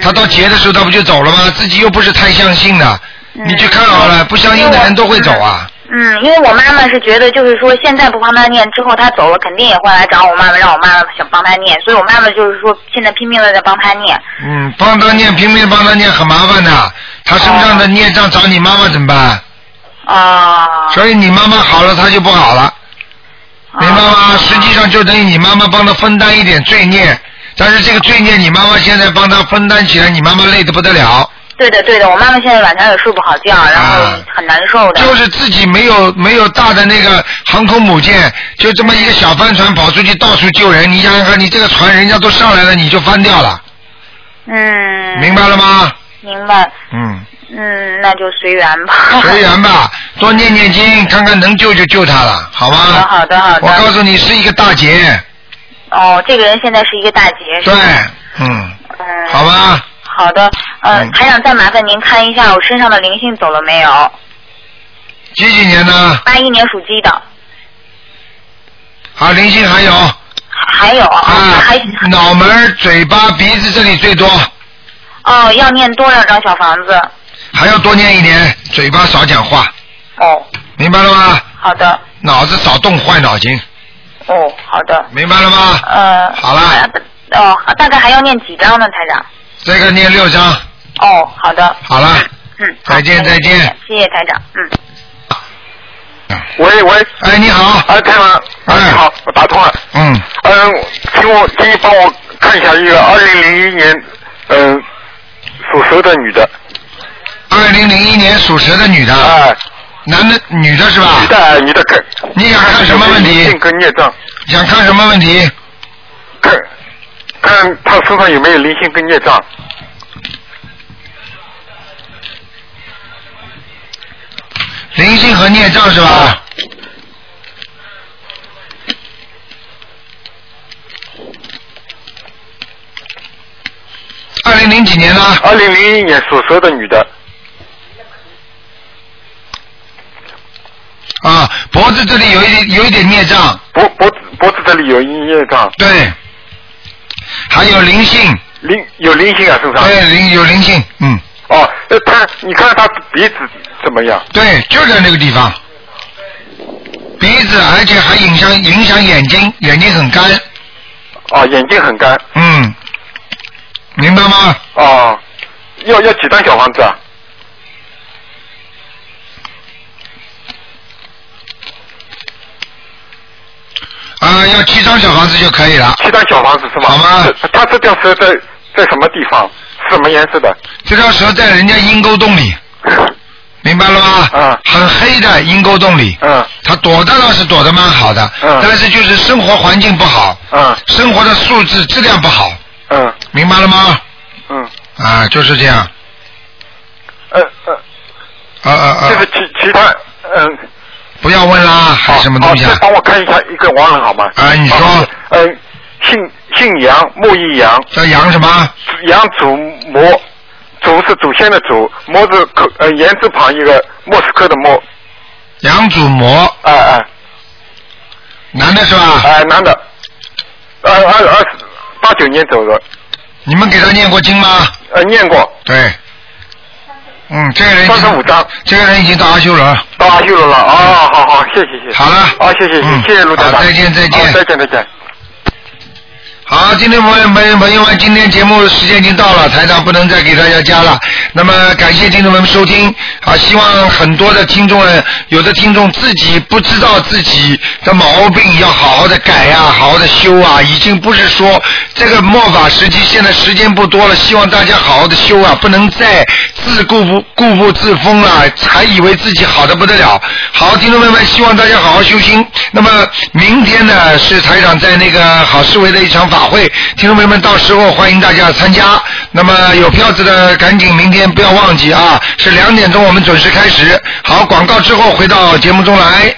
Speaker 1: 他到劫的时候，他不就走了吗？自己又不是太相信的，你去看好了，不相信的人都会走啊。
Speaker 15: 嗯，因为我妈妈是觉得，就是说现在不帮她念，之后她走了肯定也会来找我妈妈，让我妈妈想帮她念，所以我妈妈就是说现在拼命的在帮她念。
Speaker 1: 嗯，帮他念，拼命帮他念，很麻烦的。他身上的孽障找你妈妈怎么办？
Speaker 15: 啊。
Speaker 1: 所以你妈妈好了，他就不好了，明白吗？实际上就等于你妈妈帮他分担一点罪孽，但是这个罪孽你妈妈现在帮他分担起来，你妈妈累得不得了。
Speaker 15: 对的，对的，我妈妈现在晚上也睡不好觉，然
Speaker 1: 啊
Speaker 15: 后很难受的。
Speaker 1: 就是自己没有没有大的那个航空母舰，就这么一个小帆船跑出去到处救人，你想想看，你这个船人家都上来了，你就翻掉了，
Speaker 15: 嗯，
Speaker 1: 明白了吗？
Speaker 15: 明白。
Speaker 1: 嗯，
Speaker 15: 嗯，那就随缘吧。
Speaker 1: 随缘 吧，多念念经，看看能救就救他了，好吗？
Speaker 15: 好的好的
Speaker 1: 我告诉你，是一个大劫，
Speaker 15: 哦，这个人现在是一个大劫。是
Speaker 1: 对
Speaker 15: 吧，
Speaker 1: 嗯，好吧，
Speaker 15: 好的，呃，台长再麻烦您看一下我身上的灵性走了没有？
Speaker 1: 几几年呢？
Speaker 15: 八一年属鸡的。
Speaker 1: 啊好，灵性还有，
Speaker 15: 还有啊，还
Speaker 1: 脑门儿、嘴巴、鼻子这里最多，
Speaker 15: 哦，要念多少张小房子？
Speaker 1: 还要多念一点，嘴巴少讲话。
Speaker 15: 哦。
Speaker 1: 明白了吗？
Speaker 15: 好的。
Speaker 1: 脑子少动坏脑筋，
Speaker 15: 哦，好的。
Speaker 1: 明白了吗？
Speaker 15: 呃，
Speaker 1: 好了，
Speaker 15: 哦，大概还要念几张呢，台长？
Speaker 1: 这个念六章，
Speaker 15: 哦，好的，
Speaker 1: 好了，
Speaker 15: 嗯，
Speaker 1: 再见再见。
Speaker 15: 谢谢台长，嗯。
Speaker 2: 喂喂，
Speaker 1: 哎，你好，
Speaker 2: 哎，太郎，哎，你好，我打通了，
Speaker 1: 嗯，
Speaker 2: 嗯，请我，请你帮我看一下一个二零零一年，嗯，属蛇的女的，
Speaker 1: 二零零一年属蛇的女的，男的女的是吧？
Speaker 2: 啊女的女的看，
Speaker 1: 你想看什么问题？
Speaker 2: 性格孽障，
Speaker 1: 想看什么问题？
Speaker 2: 看，看她身上有没有灵性跟孽障，
Speaker 1: 灵性和孽障是吧？
Speaker 2: 啊
Speaker 1: 二零零几年呢？
Speaker 2: 二零零一年属蛇的女的，
Speaker 1: 啊，脖子这里有一点有一点孽障，
Speaker 2: 脖脖子脖子这里有孽障，
Speaker 1: 对，还有灵性，
Speaker 2: 灵有灵性啊身上，
Speaker 1: 对，灵有灵性，嗯，
Speaker 2: 哦，那她，你看她鼻子怎么样？
Speaker 1: 对，就在那个地方，鼻子，而且还影响影响眼睛，眼睛很干，
Speaker 2: 哦，眼睛很干，
Speaker 1: 嗯，明白吗？
Speaker 2: 哦，要要几张小房子啊？
Speaker 1: 啊，要七张小房子就可以了。
Speaker 2: 七张小房子是吗？好吗？它这条蛇在在什么地方？是什么颜色的？
Speaker 1: 这条蛇在人家阴沟洞里，明白了吗？
Speaker 2: 啊
Speaker 1: 嗯。很黑的阴沟洞里。
Speaker 2: 嗯。
Speaker 1: 它躲的倒是躲得蛮好的，
Speaker 2: 嗯
Speaker 1: 但是就是生活环境不好，
Speaker 2: 嗯
Speaker 1: 生活的素质质量不好，
Speaker 2: 嗯
Speaker 1: 明白了吗？
Speaker 2: 嗯
Speaker 1: 啊，就是这样。
Speaker 2: 呃呃
Speaker 1: 啊啊啊！
Speaker 2: 就是其其他嗯。
Speaker 1: 不要问啦，还有什么东西
Speaker 2: 好，
Speaker 1: 啊
Speaker 2: 再？帮我看一下一个亡人好吗？
Speaker 1: 啊，你说。
Speaker 2: 呃，姓姓杨，木一杨。
Speaker 1: 叫杨什么？
Speaker 2: 杨祖摩，祖是祖先的祖，摩是口呃言字旁一个莫斯科的莫。
Speaker 1: 杨祖摩。
Speaker 2: 啊啊。
Speaker 1: 男的是吧？
Speaker 2: 哎、男的。二二二十八九年走的，
Speaker 1: 你们给他念过经吗？
Speaker 2: 呃，念过。
Speaker 1: 对。嗯，这个人已经
Speaker 2: 35张
Speaker 1: 这个人已经到阿修罗了。
Speaker 2: 到阿修罗了。哦，好好，谢谢谢谢。好了。啊，谢谢谢谢谢谢卢
Speaker 1: 嗯
Speaker 2: 台
Speaker 1: 好
Speaker 2: 长。
Speaker 1: 再见再见
Speaker 2: 好再见再见。
Speaker 1: 好，今天朋友们朋友们，今天节目时间已经到了，台长不能再给大家加了。那么感谢听众们收听啊，希望很多的听众呢，有的听众自己不知道自己的毛病，要好好的改呀、好好的修啊。已经不是说这个末法时期，现在时间不多了，希望大家好好的修啊，不能再自顾不固步自封了，还以为自己好的不得了。好，听众朋友们，希望大家好好修心。那么明天呢是台长在那个好市委的一场法会，听众朋友们到时候欢迎大家参加。那么有票子的赶紧明天不要忘记啊，是两点钟我们准时开始。好，广告之后回到节目中来。